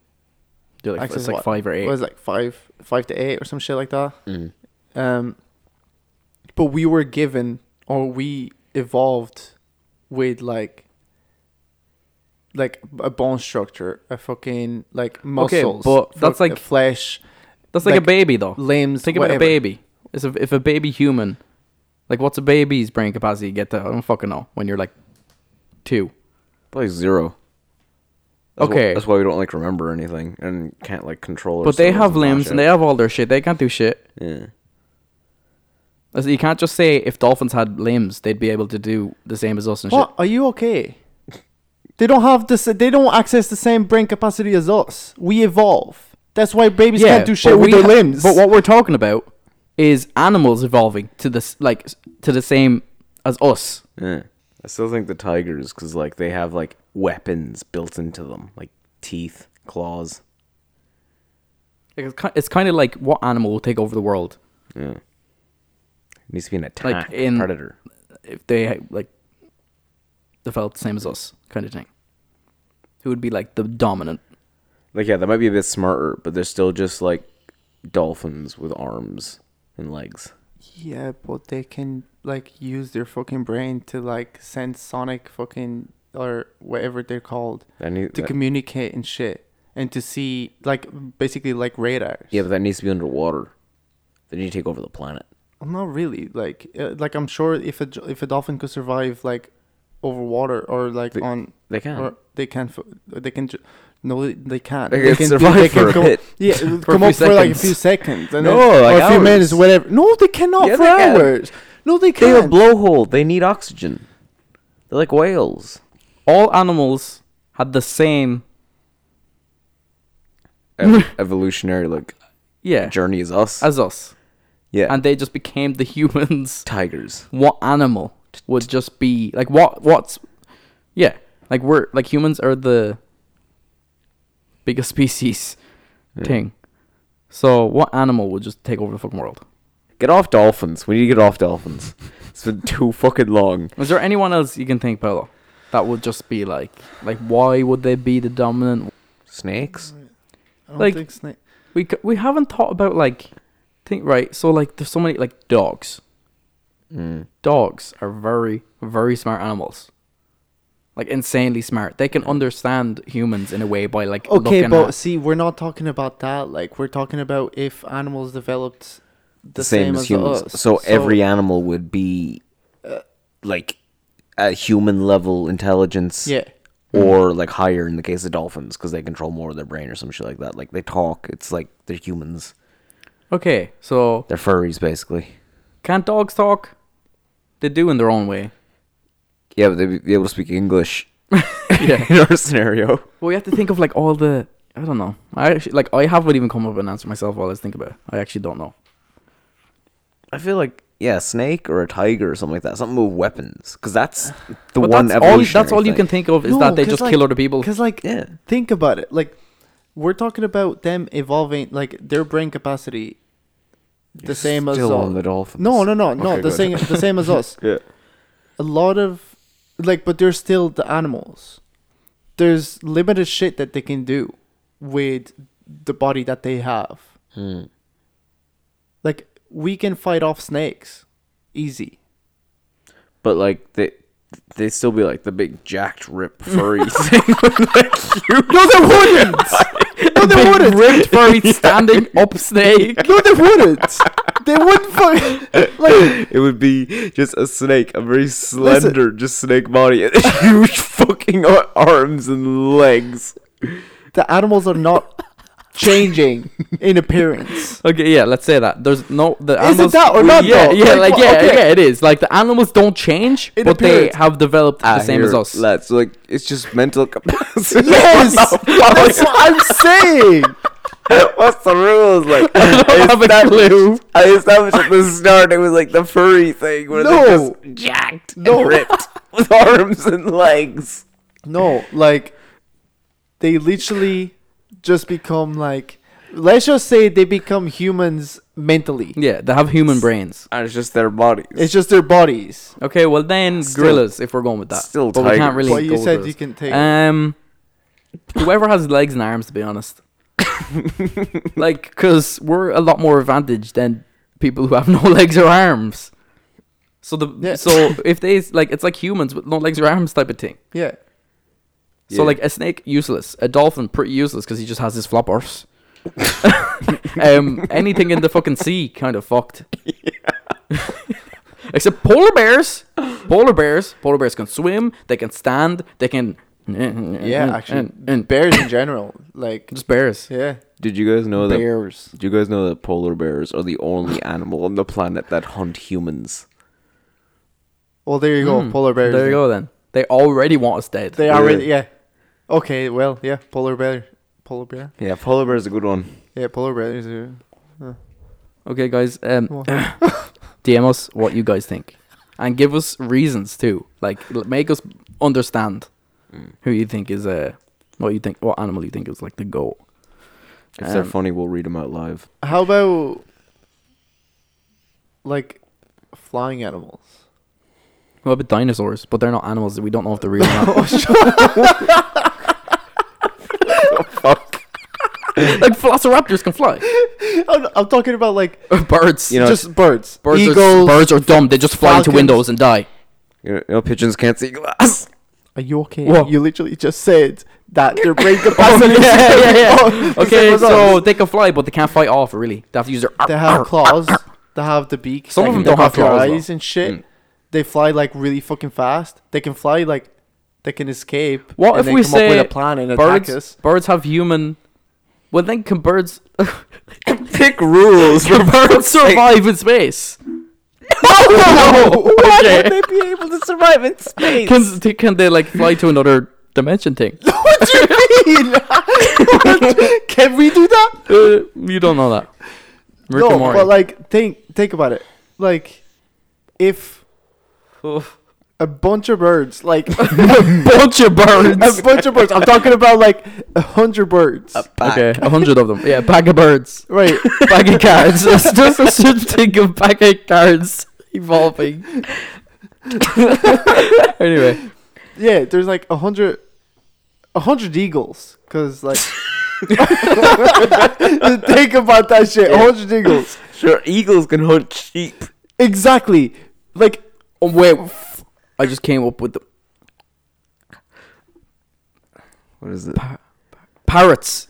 Speaker 2: They're like,
Speaker 3: Access
Speaker 2: it's like
Speaker 3: what?
Speaker 2: five or eight. Mm.
Speaker 3: what is it, like five five to eight or some shit like that.
Speaker 1: Mm.
Speaker 3: Um but we were given or we evolved with like like a bone structure, a fucking like muscles,
Speaker 2: but
Speaker 3: fu-
Speaker 2: that's like-
Speaker 3: flesh,
Speaker 2: That's like,
Speaker 3: Like,
Speaker 2: a baby, though.
Speaker 3: limbs.
Speaker 2: Think about
Speaker 3: whatever.
Speaker 2: a baby. It's a, if a baby human, like what's a baby's brain capacity get to? I don't fucking know. When you're like two,
Speaker 1: Probably zero. That's wh-
Speaker 2: Okay.
Speaker 1: that's why we don't like remember anything and can't like control.
Speaker 2: but they have limbs and they have all their shit. They can't do shit.
Speaker 1: Yeah.
Speaker 2: As- You can't just say if dolphins had limbs, they'd be able to do the same as us and
Speaker 3: What are you okay? They don't have this. They don't access the same brain capacity as us. We evolve. That's why babies
Speaker 2: shit.
Speaker 3: can't do shit
Speaker 2: but
Speaker 3: with
Speaker 2: we
Speaker 3: their
Speaker 2: ha-
Speaker 3: limbs.
Speaker 2: But what we're talking about is animals evolving to this, like s- to the same as us.
Speaker 1: Yeah. I still think the tigers, because like they have like weapons built into them, like teeth, claws.
Speaker 2: Like it's ki- it's kind of like what animal will take over the world
Speaker 1: Yeah. needs to be an attack
Speaker 2: in-
Speaker 1: predator.
Speaker 2: if they like developed the same as us, kind of thing. Who would be like the dominant?
Speaker 1: Like yeah, that might be a bit smarter, but they're still just like dolphins with arms and legs.
Speaker 3: Yeah, but they can like use their fucking brain to like send sonic fucking or whatever they're called
Speaker 1: That need,
Speaker 3: to
Speaker 1: that-
Speaker 3: communicate and shit and to see like basically like radars.
Speaker 1: yeah, but that needs to be underwater. Then you take over the planet.
Speaker 3: Well, not really. Like uh, like I'm sure if a j- if a dolphin could survive like over water or like
Speaker 1: They-
Speaker 3: on
Speaker 1: They can.
Speaker 3: or they can't fu- they can ju- no they- they can't
Speaker 1: They can
Speaker 3: can
Speaker 1: survive for a
Speaker 3: come,
Speaker 1: bit.
Speaker 3: yeah
Speaker 2: For a
Speaker 3: come
Speaker 2: few
Speaker 3: up for like a
Speaker 2: seconds.
Speaker 3: few seconds and
Speaker 1: No,
Speaker 3: then,
Speaker 1: like
Speaker 3: or a few
Speaker 1: hours.
Speaker 3: minutes whatever no they cannot
Speaker 1: Yeah,
Speaker 3: for
Speaker 1: they can.
Speaker 3: hours no they
Speaker 1: They have a
Speaker 3: can't
Speaker 1: blowhole. They need oxygen. They're like whales.
Speaker 2: All animals had the same.
Speaker 1: Ev- evolutionary like
Speaker 2: Yeah,
Speaker 1: journey is us.
Speaker 2: as us,
Speaker 1: yeah.
Speaker 2: and they just became the humans.
Speaker 1: tigers.
Speaker 2: What animal would just be like what? What's yeah? Like we're like humans are the biggest species thing. So what animal would just take over the fucking world?
Speaker 1: Get off dolphins. We need to get off dolphins. It's been too fucking long.
Speaker 2: Is there anyone else you can think about though, that would just be like like why would they be the dominant?
Speaker 1: Snakes?
Speaker 3: I don't
Speaker 2: like-
Speaker 3: think sna-
Speaker 2: We c- we haven't thought about like think right. So like there's so many like dogs.
Speaker 1: Mm.
Speaker 2: Dogs are very very smart animals. Like insanely smart. They can understand humans in a way by like
Speaker 3: okay
Speaker 2: looking
Speaker 3: but
Speaker 2: at.
Speaker 3: see we're not talking about that like we're talking about if animals developed the,
Speaker 1: The same, as humans.
Speaker 3: us.
Speaker 1: So, every animal would be uh, like a human level intelligence.
Speaker 3: yeah
Speaker 1: Or like higher in the case of dolphins because they control more of their brain or some shit like that. Like they talk. It's like they're humans.
Speaker 2: Okay, so
Speaker 1: They're furries basically.
Speaker 2: can't dogs talk? They do in their own way.
Speaker 1: Yeah, but they'd be able to speak English
Speaker 2: Yeah.
Speaker 1: in our scenario.
Speaker 2: Well, you have to think of like all the. I don't know. I actually, like I haven't even come up with an answer myself. While I was thinking about it, I actually don't know.
Speaker 1: I feel like yeah, a snake or a tiger or something like that. Something with weapons, because that's the
Speaker 2: But
Speaker 1: one.
Speaker 2: that's all. That's
Speaker 1: evolutionary
Speaker 2: all you can
Speaker 1: thing.
Speaker 2: think of is that they just kill other people.
Speaker 3: because like
Speaker 1: Yeah,
Speaker 3: think about it like we're talking about them evolving like their brain capacity the same as
Speaker 1: still
Speaker 3: all
Speaker 1: on the dolphins.
Speaker 3: no no no no
Speaker 1: Okay,
Speaker 3: the
Speaker 1: good.
Speaker 3: same the same as us
Speaker 1: Yeah.
Speaker 3: a lot of like but they're still the animals there's limited shit that they can do with the body that they have like we can fight off snakes easy
Speaker 1: But like they, they still be like the big jacked rip furry thing.
Speaker 2: no, they wouldn't. no, they wouldn't. Ripped furry standing up snake.
Speaker 3: no they wouldn't they wouldn't fight like
Speaker 1: It would be just a snake, a very slender, just snake body, and huge fucking ar- arms and legs.
Speaker 3: the animals are not changing in appearance.
Speaker 2: Okay, yeah, let's say that. There's no the animals.
Speaker 3: that or not,
Speaker 2: Yeah,
Speaker 3: though?
Speaker 2: yeah, like,
Speaker 3: Like, what-
Speaker 2: yeah,
Speaker 3: okay.
Speaker 2: yeah. It is like the animals don't change,
Speaker 3: In
Speaker 2: but
Speaker 3: appearance.
Speaker 2: they have developed the
Speaker 1: Ah,
Speaker 2: same as
Speaker 1: here,
Speaker 2: us.
Speaker 1: Lads, like it's just mental capacity.
Speaker 3: Yes, that's what I'm saying.
Speaker 1: What's the rules? Like, I
Speaker 2: don't have a clue.
Speaker 1: I established at the start it was like the furry thing where
Speaker 3: No.
Speaker 1: they're just jacked and ripped with arms and legs.
Speaker 3: No, like they literally just become like. Let's just say they become humans mentally.
Speaker 2: Yeah, they have human brains.
Speaker 1: And it's just their bodies.
Speaker 3: It's just their bodies.
Speaker 2: Okay, well then
Speaker 1: Still-
Speaker 2: gorillas. If we're going with that,
Speaker 1: still
Speaker 2: but we can't
Speaker 1: tigers.
Speaker 2: really.
Speaker 3: But
Speaker 2: go
Speaker 3: you
Speaker 2: with
Speaker 3: said
Speaker 2: gorillas.
Speaker 3: you can take.
Speaker 2: Um, whoever has legs and arms, to be honest, like because we're a lot more advantaged than people who have no legs or arms. So the
Speaker 3: Yeah.
Speaker 2: so if they like it's like humans with no legs or arms type of thing.
Speaker 3: Yeah.
Speaker 2: So
Speaker 1: Yeah.
Speaker 2: like a snake useless, a dolphin pretty useless because he just has his floppers. um, anything in the fucking sea kind of fucked. Except polar bears. Polar bears. Polar bears can swim. They can stand. They can.
Speaker 3: Yeah,
Speaker 2: Yeah,
Speaker 3: actually. And bears in general. Like
Speaker 2: just bears.
Speaker 3: yeah.
Speaker 1: Did you guys know that?
Speaker 3: Bears.
Speaker 1: Do you guys know that polar bears are the only animal on the planet that hunt humans?
Speaker 3: Well there you go, polar bears.
Speaker 2: Hmm. There you go. Then they already want us dead.
Speaker 3: They
Speaker 1: Yeah.
Speaker 3: are really yeah. Okay, well, yeah, polar bear. Polar bear.
Speaker 1: Yeah, polar bear is a good one.
Speaker 3: Yeah, polar bears are
Speaker 2: Okay, guys. Um,
Speaker 3: What?
Speaker 2: DM us what you guys think, and give us reasons too. Like, l- make us understand
Speaker 1: Mm.
Speaker 2: who you think is uh, what you think, what animal you think is like the goat.
Speaker 1: If they're
Speaker 2: Um,
Speaker 1: funny, we'll read them out live.
Speaker 3: How about like flying animals?
Speaker 2: What about dinosaurs? But they're not animals. We don't know if they're real. or not.
Speaker 1: Fuck.
Speaker 2: like velociraptors can fly.
Speaker 3: I'm, I'm talking about like
Speaker 2: birds.
Speaker 1: You know,
Speaker 3: just birds.
Speaker 2: birds are
Speaker 3: Eagles.
Speaker 2: birds are dumb. They just fly into
Speaker 3: falcons.
Speaker 2: windows and die.
Speaker 1: You know, you know, pigeons can't see glass.
Speaker 3: Are you okay?
Speaker 2: What?
Speaker 3: You literally just said that their brain
Speaker 2: Oh,
Speaker 3: capacity.
Speaker 2: yeah, yeah, yeah.
Speaker 3: Oh, the
Speaker 2: okay,
Speaker 3: same as us.
Speaker 2: so they can fly, but they can't fight off. Really, they have to use their.
Speaker 3: they have claws. They have the beak.
Speaker 2: Some
Speaker 3: that
Speaker 2: of
Speaker 3: can
Speaker 2: them don't
Speaker 3: pick
Speaker 2: have
Speaker 3: up your
Speaker 2: claws, though. Mm.
Speaker 3: Eyes and shit. They fly like really fucking fast. They can fly like they can escape.
Speaker 2: What
Speaker 3: and
Speaker 2: if
Speaker 3: they
Speaker 2: we
Speaker 3: come
Speaker 2: say
Speaker 3: up with a plan and attack
Speaker 2: birds?
Speaker 3: us?
Speaker 2: Birds have human. Well, then can birds?
Speaker 1: Pick rules for
Speaker 2: birds
Speaker 1: birds.
Speaker 2: survive in space? no.
Speaker 1: Would they be able to survive in space?
Speaker 2: Can they, can they like fly to another dimension thing?
Speaker 3: what do you mean? What? can we do that?
Speaker 2: Uh, you don't know that. Rick
Speaker 3: no,
Speaker 2: and Morty.
Speaker 3: but like think think about it. Like if a bunch of birds, like
Speaker 2: a bunch of birds.
Speaker 3: a bunch of birds. I'm talking about like a hundred birds.
Speaker 2: okay, a hundred of them. Yeah, pack of birds.
Speaker 3: right.
Speaker 2: Pack of cards. That's just a should think of pack of cards evolving. anyway,
Speaker 3: Yeah, there's like a hundred, a hundred eagles. Cause like, think about that shit. A hundred eagles.
Speaker 1: Sure, eagles can hunt sheep.
Speaker 3: Exactly. Like,
Speaker 2: oh, wait. I just came up with the
Speaker 1: What is it?
Speaker 2: parrots.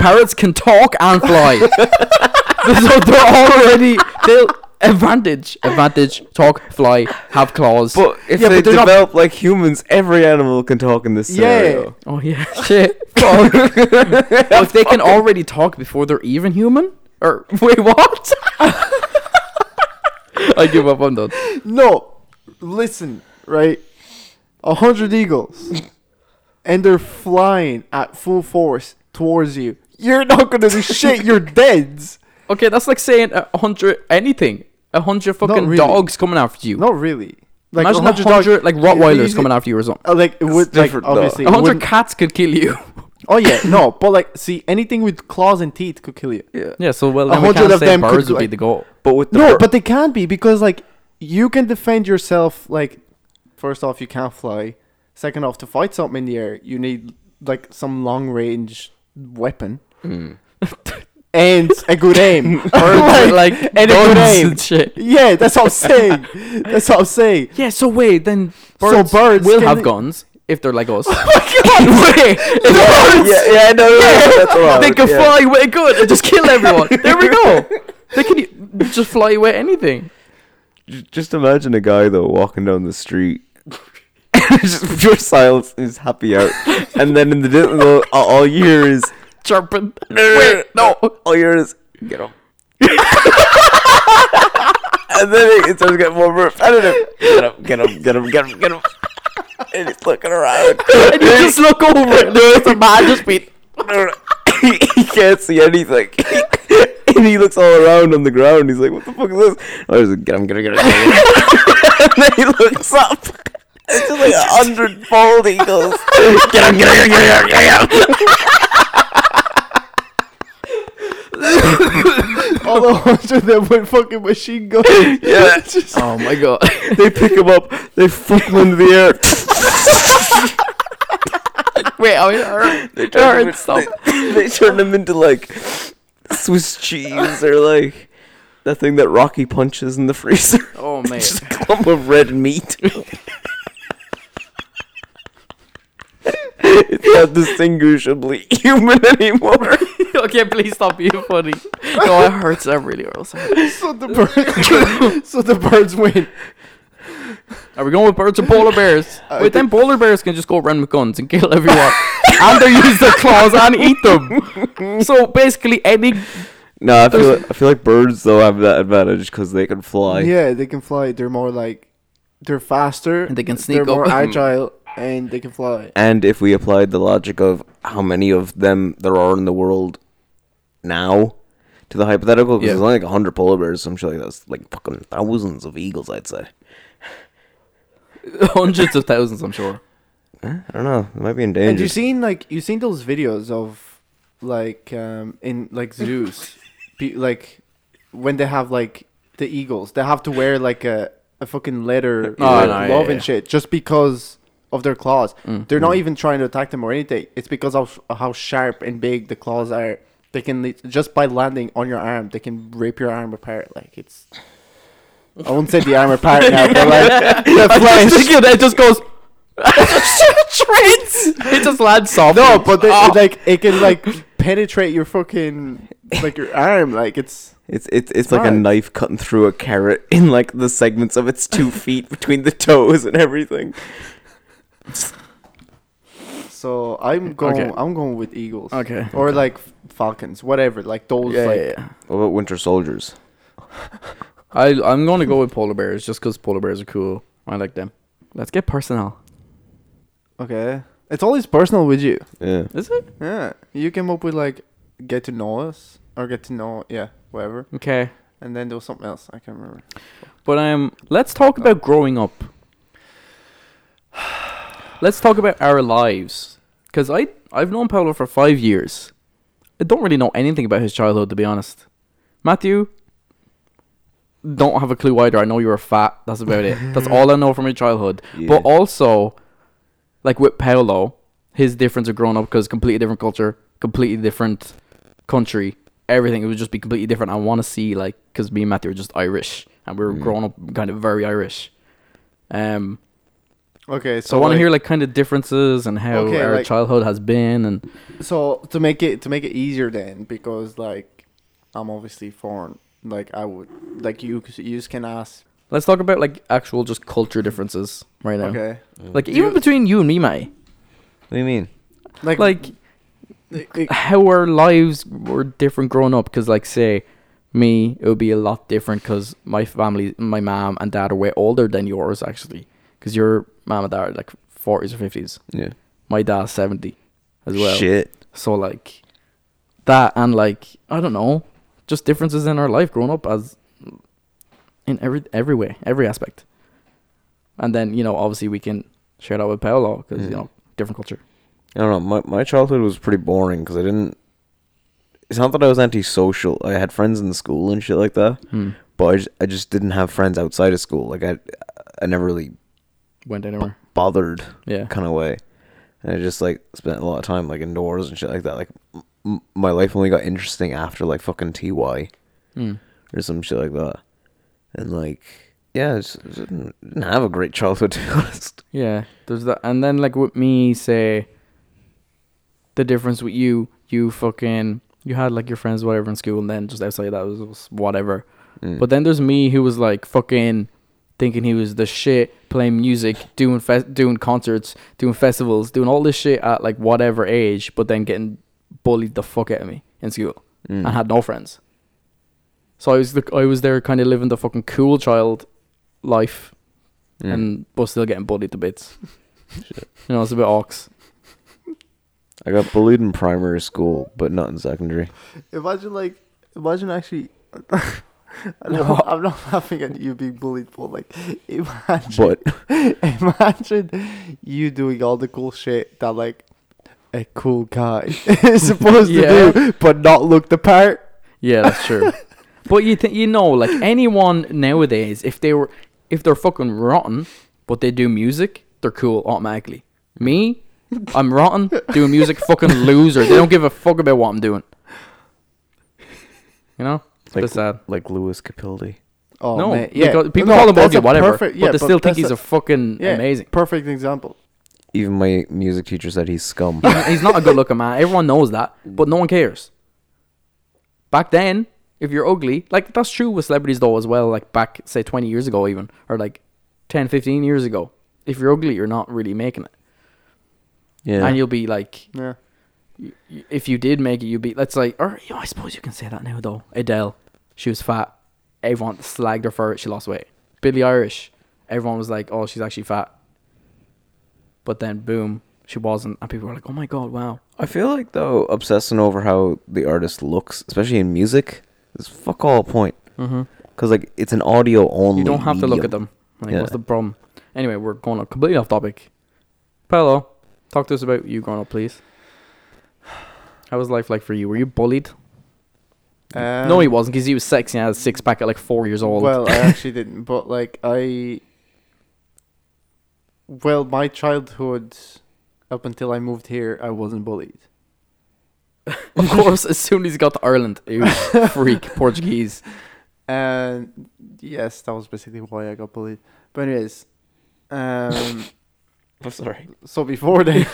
Speaker 2: parrots can talk and fly. so they're already they advantage, advantage, talk, fly, have claws.
Speaker 1: But if
Speaker 3: Yeah,
Speaker 1: they
Speaker 3: but they're not-
Speaker 1: develop like humans, every animal can talk in this
Speaker 3: Yeah.
Speaker 1: scenario.
Speaker 2: oh yeah, shit. Fuck. well, if they can already talk before they're even human, or wait, what? I give up. I'm done.
Speaker 3: no, listen, right? A hundred eagles, and they're flying at full force towards you. You're not gonna do shit. You're dead.
Speaker 2: Okay, that's like saying a hundred anything. A hundred fucking
Speaker 3: really.
Speaker 2: dogs coming after you.
Speaker 3: Not really. Like
Speaker 2: Imagine a hundred,
Speaker 3: dog-
Speaker 2: like
Speaker 3: Is-
Speaker 2: Rottweilers
Speaker 3: is-
Speaker 2: coming after you or something.
Speaker 3: Uh, Like it would like
Speaker 1: different, though.
Speaker 3: obviously
Speaker 2: A
Speaker 3: it
Speaker 2: hundred
Speaker 3: wouldn't-
Speaker 2: cats could kill you.
Speaker 3: Oh yeah, no, but like, see, anything with claws and teeth could kill you.
Speaker 2: Yeah, so well,
Speaker 3: A
Speaker 2: then we
Speaker 3: hundred
Speaker 2: can't
Speaker 3: of
Speaker 2: say
Speaker 3: them could,
Speaker 2: birds would be
Speaker 3: like-
Speaker 2: the goal.
Speaker 1: But with the
Speaker 3: No,
Speaker 1: bir-
Speaker 3: but they can't be because like you can defend yourself. Like, first off, you can't fly. Second off, to fight something in the air, you need like some long range weapon
Speaker 2: Mm.
Speaker 3: and a good aim.
Speaker 2: Birds like, like
Speaker 3: and a good
Speaker 2: guns
Speaker 3: aim.
Speaker 2: and shit.
Speaker 3: Yeah, that's what I'm saying. That's what I'm saying.
Speaker 2: Yeah, so wait, then
Speaker 3: So
Speaker 2: birds, Oh
Speaker 3: birds
Speaker 2: will
Speaker 3: can-
Speaker 2: have guns if they're like us.
Speaker 3: Wait,
Speaker 1: yeah, yeah, no, no, no, that's all right,
Speaker 2: they can
Speaker 1: yeah.
Speaker 2: fly away good and just kill everyone. there we go. They can y- just fly away anything.
Speaker 1: J- Just imagine a guy though walking down the street. just pure silence is happy out, and then in the distance, all, all you hear is
Speaker 2: Chirping.
Speaker 1: wait,
Speaker 2: no.
Speaker 1: all you hear is get up. and then it, it starts getting more repetitive. Get up, get up, get up, get up, get up. And he's looking around.
Speaker 2: And you just look over and there's a man just being.
Speaker 1: he, he can't see anything. and he looks all around on the ground. He's like, what the fuck is this? I was like, get him, get him, get him. Get him. and then he looks up. It's just like a hundred bald eagles. get him, get him, get him, get him, get him.
Speaker 3: all the ones with them with fucking machine guns.
Speaker 1: Yeah.
Speaker 3: Just-
Speaker 2: Oh my god.
Speaker 1: They pick him up. They flip him into the air.
Speaker 2: wait, I mean,
Speaker 1: they,
Speaker 2: Alright,
Speaker 1: turn him,
Speaker 2: stop.
Speaker 1: they, they turn him into like Swiss cheese or like That thing that Rocky punches in the freezer.
Speaker 2: Oh mate.
Speaker 1: Just a clump of red meat. it's not distinguishably human anymore.
Speaker 2: okay, please stop being funny. No, it hurts. That really hurts.
Speaker 3: so the birds, so the birds win.
Speaker 2: Are we going with birds or polar bears?
Speaker 3: I
Speaker 2: Wait, then polar bears can just go run with guns and kill everyone, and they use their claws and eat them. So basically, any
Speaker 1: No, I feel I feel like birds though have that advantage because they can fly.
Speaker 3: Yeah, they can fly. They're more like, they're faster.
Speaker 2: And they can sneak
Speaker 3: They're
Speaker 2: up
Speaker 3: more
Speaker 2: on them.
Speaker 3: agile, and they can fly.
Speaker 1: And if we applied the logic of how many of them there are in the world now to the hypothetical, because
Speaker 2: Yeah.
Speaker 1: there's only like 100 polar bears, some shit like that's like fucking thousands of eagles, I'd say.
Speaker 2: hundreds of thousands, I'm sure.
Speaker 1: Eh, I don't know. They might be
Speaker 3: And
Speaker 1: endangered.
Speaker 3: you seen like you seen those videos of like um in like zoos, be, like when they have like the eagles, they have to wear like a a fucking leather
Speaker 2: Oh,
Speaker 3: like,
Speaker 2: no, yeah,
Speaker 3: glove
Speaker 2: yeah. Mm,
Speaker 3: and shit just because of their claws. They're not even trying to attack them or anything. It's because of how sharp and big the claws are. They can li- just by landing on your arm, they can rip your arm apart. Like it's. I won't say the arm apart now, but like the
Speaker 2: I just
Speaker 3: flesh.
Speaker 2: think it- it just goes. Trains. It just lands soft.
Speaker 3: No, but they,
Speaker 2: Oh.
Speaker 3: like it can like penetrate your fucking like your arm, like it's
Speaker 1: it's it's, it's like a
Speaker 3: Right.
Speaker 1: knife cutting through a carrot in like the segments of its two feet between the toes and everything.
Speaker 3: so I'm going
Speaker 2: Okay.
Speaker 3: I'm going with eagles
Speaker 2: okay.
Speaker 3: or like falcons, whatever, like those
Speaker 2: Yeah,
Speaker 3: like
Speaker 2: yeah, yeah.
Speaker 1: What about winter soldiers?
Speaker 2: I I'm gonna go with polar bears just because polar bears are cool. I like them. Let's get personal.
Speaker 3: okay. It's always personal with you.
Speaker 1: Yeah.
Speaker 2: Is it
Speaker 3: Yeah, you came up with like get to know us or get to know yeah whatever,
Speaker 2: okay?
Speaker 3: and then there was something else I can't remember.
Speaker 2: But um, let's talk about growing up. Let's talk about our lives, because I I've known Paolo for five years. I don't really know anything about his childhood, to be honest. Matthew, don't have a clue either. I know you were fat. That's about it. That's all I know from your childhood.
Speaker 1: Yeah.
Speaker 2: But also, like with Paolo, his difference of growing up because completely different culture, completely different country, everything. It would just be completely different. I want to see like because me and Matthew were just Irish and we were growing up kind of very Irish. Um,
Speaker 3: Okay, so,
Speaker 2: so I want to
Speaker 3: like,
Speaker 2: hear like kind of differences and how
Speaker 3: Okay,
Speaker 2: our
Speaker 3: like-
Speaker 2: childhood has been and
Speaker 3: so to make it to make it easier then because like I'm obviously foreign, like I would like you you just can ask.
Speaker 2: let's talk about like actual just culture differences right now.
Speaker 3: Okay,
Speaker 2: Like even between you and me, mate.
Speaker 1: What do you mean?
Speaker 3: like
Speaker 2: Like
Speaker 3: like
Speaker 2: how our lives were different growing up because like say me it would be a lot different because my family my mom and dad are way older than yours actually because your mom and dad are like 40s or 50s
Speaker 1: Yeah.
Speaker 2: my dad's 70 as well
Speaker 1: Shit.
Speaker 2: so like that and like i don't know just differences in our life growing up as in every every way every aspect and then you know obviously we can share that with paolo because
Speaker 1: Mhm.
Speaker 2: you know different culture
Speaker 1: I don't know. My my childhood was pretty boring because I didn't. It's not that I was antisocial. I had friends in school and shit like that,
Speaker 2: hmm.
Speaker 1: but I just, I just didn't have friends outside of school. Like I, I never really
Speaker 2: went anywhere
Speaker 1: bothered
Speaker 2: yeah
Speaker 1: kind of way, and I just like spent a lot of time like indoors and shit like that. Like m- m- my life only got interesting after like fucking ty
Speaker 2: Hmm.
Speaker 1: or some shit like that, and like yeah, I just I didn't, didn't have a great childhood to be honest.
Speaker 2: Yeah, there's that, and then like with me, say the difference with you, you fucking you had like your friends whatever in school, and then just outside that was, was whatever.
Speaker 1: Mm.
Speaker 2: But then there's me who was like fucking thinking he was the shit, playing music, doing fe- doing concerts, doing festivals, doing all this shit at like whatever age, but then getting bullied the fuck out of me in school
Speaker 1: Mm.
Speaker 2: and had no friends. So I was the I was there kind of living the fucking cool child life
Speaker 1: Mm.
Speaker 2: and but still getting bullied to bits. You know, it's a bit ox.
Speaker 1: I got bullied in primary school, but not in secondary.
Speaker 3: Imagine like, imagine actually. I know,
Speaker 2: What?
Speaker 3: I'm not laughing at you being bullied, but like, imagine,
Speaker 1: But
Speaker 3: imagine you doing all the cool shit that like a cool guy is supposed
Speaker 2: Yeah.
Speaker 3: to do, but not look the part.
Speaker 2: Yeah, that's true. but you think you know, like anyone nowadays, if they were if they're fucking rotten, but they do music, they're cool automatically. Me, I'm rotten, doing music, fucking loser. They don't give a fuck about what I'm doing. You know? It's a bit sad.
Speaker 1: like Lewis Capaldi.
Speaker 3: Oh,
Speaker 2: no,
Speaker 3: man, yeah.
Speaker 2: because people
Speaker 3: No,
Speaker 2: call him
Speaker 3: that's
Speaker 2: ugly,
Speaker 3: a
Speaker 2: whatever,
Speaker 3: perfect-
Speaker 2: but they still think
Speaker 3: that's
Speaker 2: he's a, fucking
Speaker 3: yeah,
Speaker 2: amazing.
Speaker 3: perfect example.
Speaker 1: Even my music teacher said he's scum.
Speaker 2: he's not a good looking man. Everyone knows that, but no one cares. Back then, if you're ugly, like that's true with celebrities though as well, like back say 20 years ago even or like 10 15 years ago. If you're ugly, you're not really making it.
Speaker 1: yeah,
Speaker 2: And you'll be like
Speaker 3: Yeah,
Speaker 2: y- y- if you did make it, you'd be let's like or you know, I suppose you can say that now though. Adele, she was fat. Everyone slagged her for it. She lost weight. Billie Irish, everyone was like, "Oh, she's actually fat." But then boom, she wasn't and people were like, "Oh my god, wow."
Speaker 1: I feel like though obsessing over how the artist looks, especially in music, is fuck all point.
Speaker 2: Mhm.
Speaker 1: Because like it's an audio only.
Speaker 2: You don't have to look at
Speaker 1: medium.
Speaker 2: them. Like,
Speaker 1: Yeah.
Speaker 2: what's the problem? Anyway, we're going on completely off topic. Paolo, talk to us about you growing up, please. How was life like for you? Were you bullied?
Speaker 3: um,
Speaker 2: no, he wasn't, because he was sexy and had a six pack at like four years old.
Speaker 3: Well, I actually didn't, but like I. Well, my childhood, up until I moved here, I wasn't bullied.
Speaker 2: of course, as soon as he got to Ireland, he was freak Portuguese.
Speaker 3: And yes, that was basically why I got bullied. But anyways, um,
Speaker 1: I'm sorry.
Speaker 3: so before then,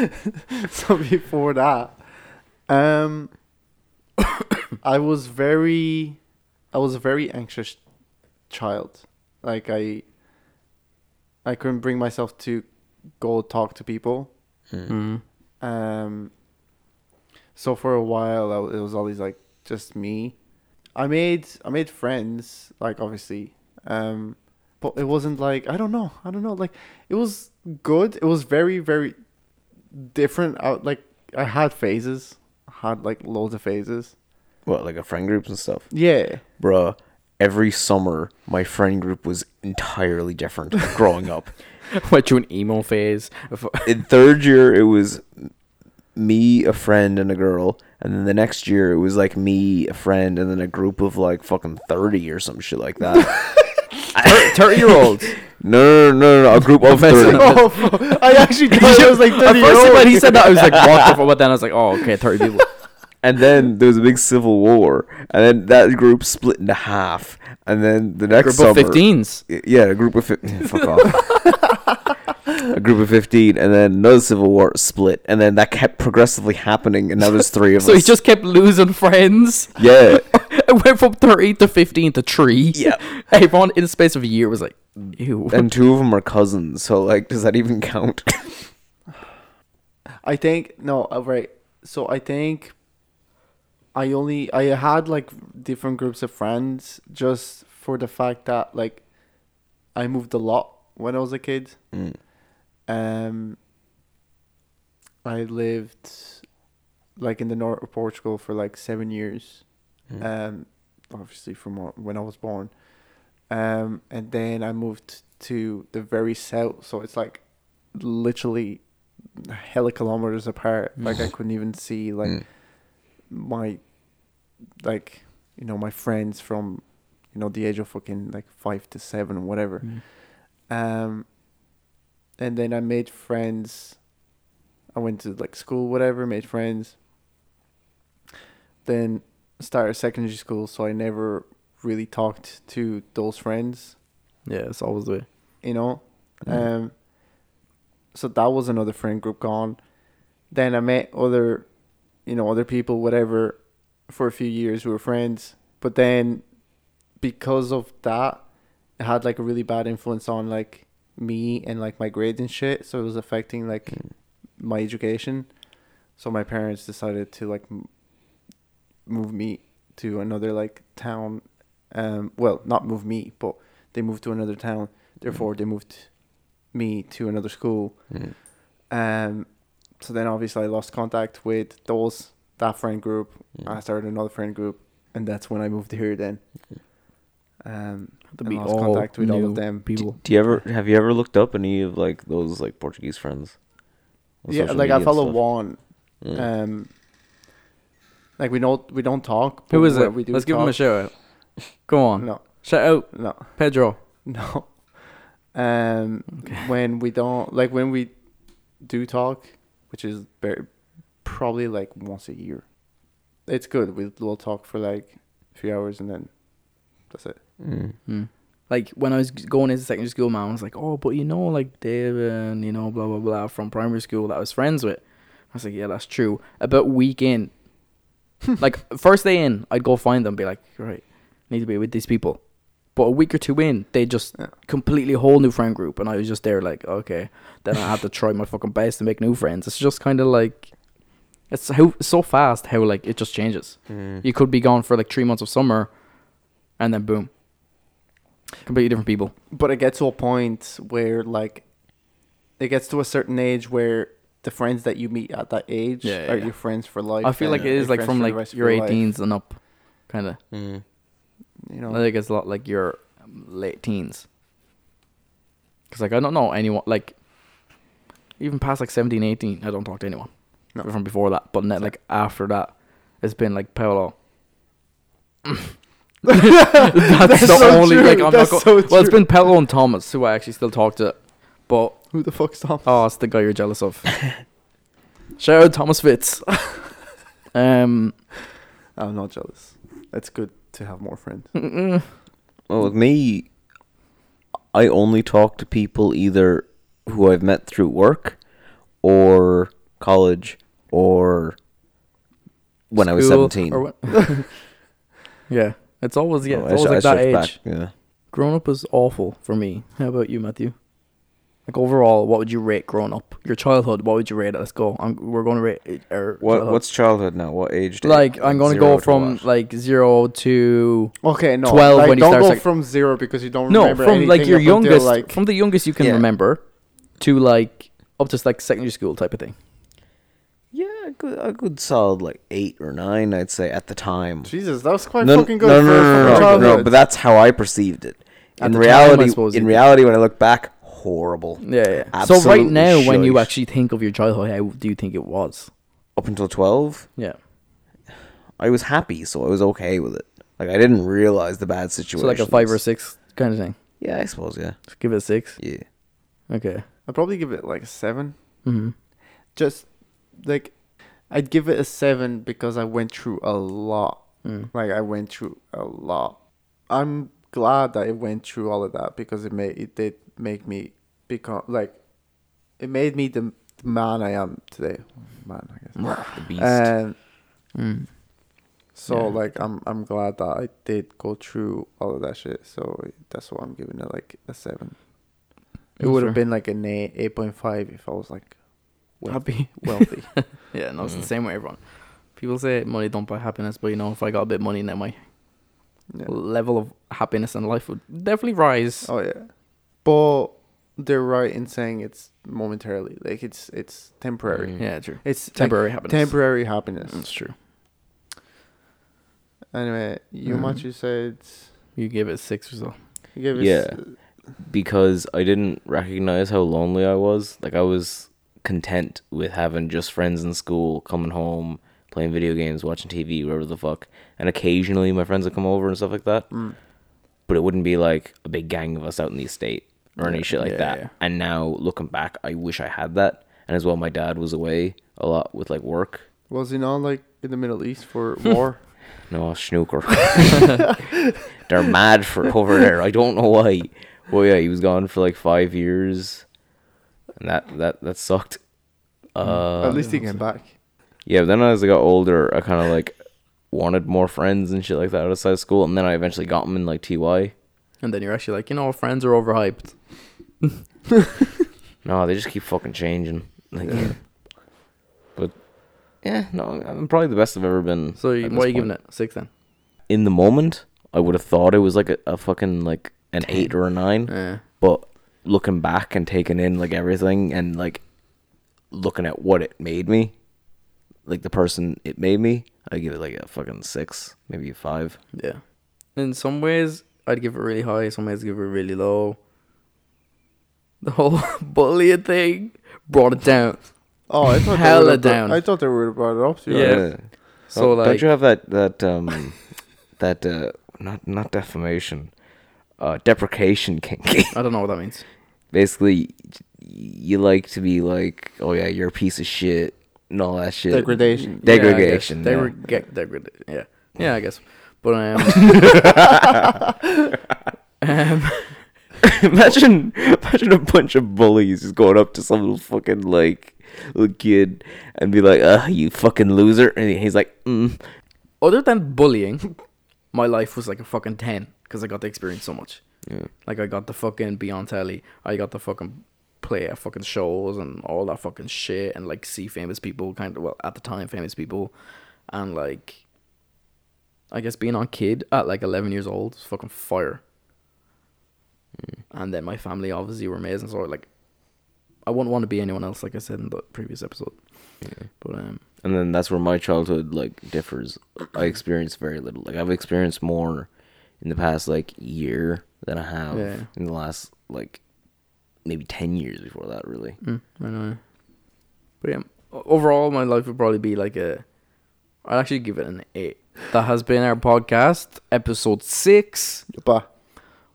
Speaker 3: so before that, um, I was very, I was a very anxious child. Like I, I couldn't bring myself to go talk to people.
Speaker 2: Mm.
Speaker 3: Um, so for a while, I, it was always like just me. I made I made friends, like obviously, um, but it wasn't like I don't know, I don't know. Like it was good. It was very very different. Out like I had phases, I had like loads of phases.
Speaker 1: What like a friend groups and stuff,
Speaker 3: Yeah,
Speaker 1: bruh. Every summer, my friend group was entirely different growing up.
Speaker 2: Went through an emo phase. of-
Speaker 1: in third year it was me a friend and a girl and then the next year it was like me a friend and then a group of like fucking 30 or some shit like that
Speaker 2: 30 year olds.
Speaker 1: no no no no, no a group of 30
Speaker 3: oh, fuck. I actually thought it was like
Speaker 2: At
Speaker 3: thirty years
Speaker 2: first,
Speaker 3: old.
Speaker 2: when he said that, I was like, what the fuck? But then I was like, oh, okay, 30 people.
Speaker 1: and then there was a big civil war and then that group split into half and then the next
Speaker 2: Group of
Speaker 1: summer
Speaker 2: 15s.
Speaker 1: Y- yeah a group of fi- yeah, fuck off a group of 15 and then another civil war split and then that kept progressively happening and now there's three of
Speaker 2: So he
Speaker 1: us
Speaker 2: just kept losing friends.
Speaker 1: yeah
Speaker 2: it went from 30 to 15 to 3.
Speaker 1: Yeah.
Speaker 2: Everyone in the space of a year was like, ew.
Speaker 1: and two of them are cousins. So like, does that even count?
Speaker 3: I think no, uh, right. So I think I only I had like different groups of friends just for the fact that like I moved a lot when I was a kid.
Speaker 1: Mm.
Speaker 3: Um I lived like in the north of Portugal for like 7 years.
Speaker 1: Mm.
Speaker 3: Um obviously from wh- when I was born. Um and then I moved to the very south, so it's like literally hella kilometers apart. Like I couldn't even see like
Speaker 1: Mm.
Speaker 3: my like you know my friends from you know the age of fucking like five to seven or whatever. Um, and then I made friends. I went to like school, whatever, made friends. Then started secondary school, so I never really talked to those friends
Speaker 2: Yeah, it's always the way.
Speaker 3: you know.
Speaker 1: Mm.
Speaker 3: Um, so that was another friend group gone. Then I met other, you know, other people, whatever, for a few years. We were friends, but then because of that, it had like a really bad influence on like me and like my grades and shit. So it was affecting like my education. So my parents decided to like m- move me to another like town. Um, well, not move me, but they moved to another town. Therefore, they moved me to another school.
Speaker 4: mm.
Speaker 3: Um, so then obviously I lost contact with those that friend group. I started another friend group, and that's when I moved here. Then, um,
Speaker 2: To
Speaker 3: and
Speaker 2: be
Speaker 3: lost
Speaker 2: all
Speaker 3: contact with all
Speaker 2: new
Speaker 3: of them.
Speaker 2: People.
Speaker 1: Do you ever have you ever looked up any of like those like Portuguese friends? on
Speaker 3: Yeah,
Speaker 1: social
Speaker 3: like
Speaker 1: media
Speaker 3: I
Speaker 1: and
Speaker 3: follow
Speaker 1: stuff?
Speaker 3: one.
Speaker 1: Yeah.
Speaker 3: Um, like we don't we don't talk.
Speaker 2: Who
Speaker 3: but
Speaker 2: is
Speaker 3: where
Speaker 2: it?
Speaker 3: We do
Speaker 2: Let's give him a
Speaker 3: talk-
Speaker 2: shout out. Go on.
Speaker 3: No,
Speaker 2: Shout out
Speaker 3: no,
Speaker 2: Pedro.
Speaker 3: no. Um, when we don't like when we do talk, which is very, probably like once a year. It's good. We will talk for like a few hours, and then that's it.
Speaker 4: Mm.
Speaker 2: Mm. Like when I was g- going into secondary school, man, I was like, oh, but you know, like Dave and you know, blah blah blah from primary school that I was friends with. I was like, yeah, that's true. About week in, like first day in, I'd go find them, be like, right, need to be with these people. But a week or two in, they just
Speaker 3: Yeah.
Speaker 2: completely whole new friend group, and I was just there like, okay, then I have to try my fucking best to make new friends. It's just kind of like, it's how so fast how like it just changes.
Speaker 4: mm,
Speaker 2: You could be gone for like three months of summer, and then boom, completely different people.
Speaker 3: But it gets to a point where like it gets to a certain age where the friends that you meet at that age
Speaker 2: Yeah, yeah,
Speaker 3: are
Speaker 2: yeah.
Speaker 3: your friends for life.
Speaker 2: I feel
Speaker 3: and
Speaker 2: like it is
Speaker 3: your
Speaker 2: like
Speaker 3: friends
Speaker 2: from
Speaker 3: for the
Speaker 2: like
Speaker 3: rest of
Speaker 2: your
Speaker 3: life,
Speaker 2: 18s and up, kind of.
Speaker 4: Mm.
Speaker 3: You know,
Speaker 2: I think it's a lot like your um, late teens. Cause like I don't know anyone like, even past like 17, 18, I don't talk to anyone.
Speaker 3: No.
Speaker 2: From before that, but then like after that, it's been like Paolo. that's, the
Speaker 3: so
Speaker 2: only
Speaker 3: true,
Speaker 2: like I'm
Speaker 3: that's
Speaker 2: not.
Speaker 3: so
Speaker 2: Go- well, it's
Speaker 3: true.
Speaker 2: been Paolo and Thomas who I actually still talk to, but
Speaker 3: who the fuck's Tom?
Speaker 2: Oh, it's the guy you're jealous of. Shout out Thomas Fitz. um,
Speaker 3: I'm not jealous. It's good to have more friends.
Speaker 2: mm-mm.
Speaker 4: Well, with me, I only talk to people either who I've met through work or college or when I was
Speaker 2: School
Speaker 4: 17.
Speaker 2: or what- yeah, it's always yeah,
Speaker 4: Oh,
Speaker 2: it's always
Speaker 4: sh-
Speaker 2: like that age.
Speaker 4: shift Yeah.
Speaker 2: Growing up is awful for me. How about you, Matthew? Like overall, what would you rate growing up? Your childhood, what would you rate? it? Let's go. I'm, we're going to rate it- our
Speaker 4: What
Speaker 2: childhood.
Speaker 4: What's childhood now? What age? did-
Speaker 2: like I'm going to
Speaker 4: zero
Speaker 2: go from
Speaker 4: what?
Speaker 2: like zero to
Speaker 3: Okay, no.
Speaker 2: 12
Speaker 3: like,
Speaker 2: when you
Speaker 3: don't
Speaker 2: start
Speaker 3: go
Speaker 2: sec-
Speaker 3: from zero because you don't
Speaker 2: no
Speaker 3: remember
Speaker 2: from like
Speaker 3: anything
Speaker 2: your
Speaker 3: up until,
Speaker 2: youngest
Speaker 3: like,
Speaker 2: from the youngest you can
Speaker 4: Yeah.
Speaker 2: remember to like up to like secondary school type of thing.
Speaker 4: yeah, a good, a good solid like eight or nine, I'd say at the time.
Speaker 3: Jesus, that was quite
Speaker 4: No,
Speaker 3: fucking good.
Speaker 4: no,
Speaker 3: for
Speaker 4: no, no, no,
Speaker 3: fucking
Speaker 4: no, no,
Speaker 3: childhood.
Speaker 4: but that's how I perceived it.
Speaker 2: At
Speaker 4: In
Speaker 2: the time, I
Speaker 4: reality,
Speaker 2: suppose you
Speaker 4: in
Speaker 2: did.
Speaker 4: reality, when I look back, horrible.
Speaker 2: Yeah, yeah. so right
Speaker 4: Absolutely
Speaker 2: now, when you
Speaker 4: shite.
Speaker 2: actually think of your childhood, how do you think it was?
Speaker 4: Up until twelve,
Speaker 2: Yeah.
Speaker 4: I was happy, so I was okay with it. Like I didn't realize the bad
Speaker 2: So
Speaker 4: situation.
Speaker 2: like a five or six kind of thing.
Speaker 4: Yeah, I suppose. Yeah,
Speaker 2: Just give it a six.
Speaker 4: yeah.
Speaker 2: Okay.
Speaker 3: I'd probably give it like a seven.
Speaker 2: hmm
Speaker 3: Just like I'd give it a seven because I went through a lot.
Speaker 2: Mm.
Speaker 3: Like I went through a lot. I'm glad that I went through all of that because it made it did make me become like it made me the the man I am today. Man, I guess.
Speaker 4: The beast.
Speaker 2: Uh,
Speaker 3: Um,
Speaker 2: Mm.
Speaker 3: So
Speaker 2: Yeah.
Speaker 3: like I'm I'm glad that I did go through all of that shit. So that's why I'm giving it like a seven. It
Speaker 2: That's
Speaker 3: would
Speaker 2: fair.
Speaker 3: have been like an eight eight point five if I was like wealth-
Speaker 2: Happy.
Speaker 3: wealthy.
Speaker 2: Yeah, no, it's the same way everyone. People say money don't buy happiness, but you know, if I got a bit of money, then my
Speaker 3: Yeah.
Speaker 2: level of happiness in life would definitely rise.
Speaker 3: Oh yeah. But they're right in saying it's momentarily. Like it's it's temporary.
Speaker 4: Mm.
Speaker 2: Yeah, true.
Speaker 3: It's like,
Speaker 2: Temporary happiness. Mm.
Speaker 3: temporary happiness.
Speaker 2: That's true.
Speaker 3: Anyway, you
Speaker 2: Mm.
Speaker 3: much you said
Speaker 2: You give it a six or so.
Speaker 3: you gave us
Speaker 1: Yeah. because I didn't recognize how lonely I was. Like I was content with having just friends in school, coming home, playing video games, watching TV, whatever the fuck. And occasionally my friends would come over and stuff like that.
Speaker 3: Mm.
Speaker 1: But it wouldn't be like a big gang of us out in the estate or any
Speaker 2: Yeah,
Speaker 1: shit like
Speaker 2: yeah,
Speaker 1: that.
Speaker 2: yeah.
Speaker 1: And now looking back, I wish I had that. And as well, my dad was away a lot with like work.
Speaker 3: was he not like in the Middle East for war?
Speaker 1: No, snooker. They're mad for over there. I don't know why. Well, yeah, he was gone for like five years, and that that that sucked. Uh,
Speaker 3: At least he came back.
Speaker 1: yeah. But then as I got older, I kind of like wanted more friends and shit like that outside of school, and then I eventually got them in like TY.
Speaker 2: And then you're actually like, you know, friends are overhyped.
Speaker 1: No, they just keep fucking changing. Like, but yeah, no, I'm probably the best I've ever been.
Speaker 2: So you,
Speaker 1: at
Speaker 2: what
Speaker 1: this
Speaker 2: are you
Speaker 1: point.
Speaker 2: giving it? Six then?
Speaker 1: In the moment, I would have thought it was like a, a fucking like an eight or a nine.
Speaker 2: Yeah.
Speaker 1: but looking back and taking in like everything and like looking at what it made me like the person it made me i give it like a fucking six maybe a five
Speaker 2: Yeah. In some ways, I'd give it really high. Some ways, I'd give it really low. The whole bullying thing brought it down.
Speaker 3: Oh, I thought
Speaker 2: Hella
Speaker 3: they would've brought-
Speaker 2: down.
Speaker 3: I thought they would have brought it up. to you.
Speaker 2: Yeah. So
Speaker 1: Oh, Don't-
Speaker 2: like,
Speaker 1: don't you have that that um that uh not not defamation uh deprecation kinky
Speaker 2: I don't know what that means.
Speaker 1: basically y- you like to be like oh yeah you're a piece of shit and all that shit
Speaker 3: Degradation.
Speaker 1: Degradation,
Speaker 2: Yeah, I guess.
Speaker 1: yeah.
Speaker 2: Degre- ge- degrad- yeah. Yeah, I guess. But um,
Speaker 1: imagine, imagine a bunch of bullies just going up to some little fucking like little kid and be like, "Ah, you fucking loser," and he's like, mm.
Speaker 2: other than bullying, my life was like a fucking ten because I got to experience so much.
Speaker 1: yeah.
Speaker 2: Like I got the fucking be on telly. I got the fucking play at fucking shows and all that fucking shit and like see famous people kind of well at the time famous people and like I guess being on kid at like eleven years old is fucking fire. And then my family obviously were amazing, so like I wouldn't want to be anyone else, like I said in the previous episode. But um
Speaker 1: And then that's where my childhood like differs. I experienced very little. Like I've experienced more in the past like year than I have
Speaker 2: Yeah.
Speaker 1: in the last like maybe ten years before that. Really,
Speaker 2: Mm, I know. But yeah, o- overall, my life would probably be like a. I'd actually give it an eight. That has been our podcast, episode six.
Speaker 3: But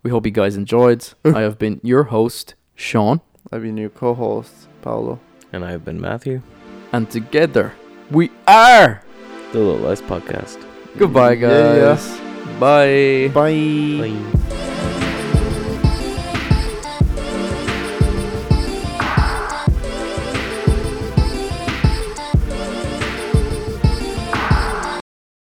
Speaker 2: We hope you guys enjoyed. I have been your host, Sean,
Speaker 3: I've been your co-host, Paolo.
Speaker 1: and I've been Matthew,
Speaker 2: and together we are.
Speaker 1: the Little Less Podcast.
Speaker 2: Goodbye,
Speaker 3: Yeah, yeah.
Speaker 2: guys. Bye.
Speaker 3: Bye.
Speaker 1: Bye.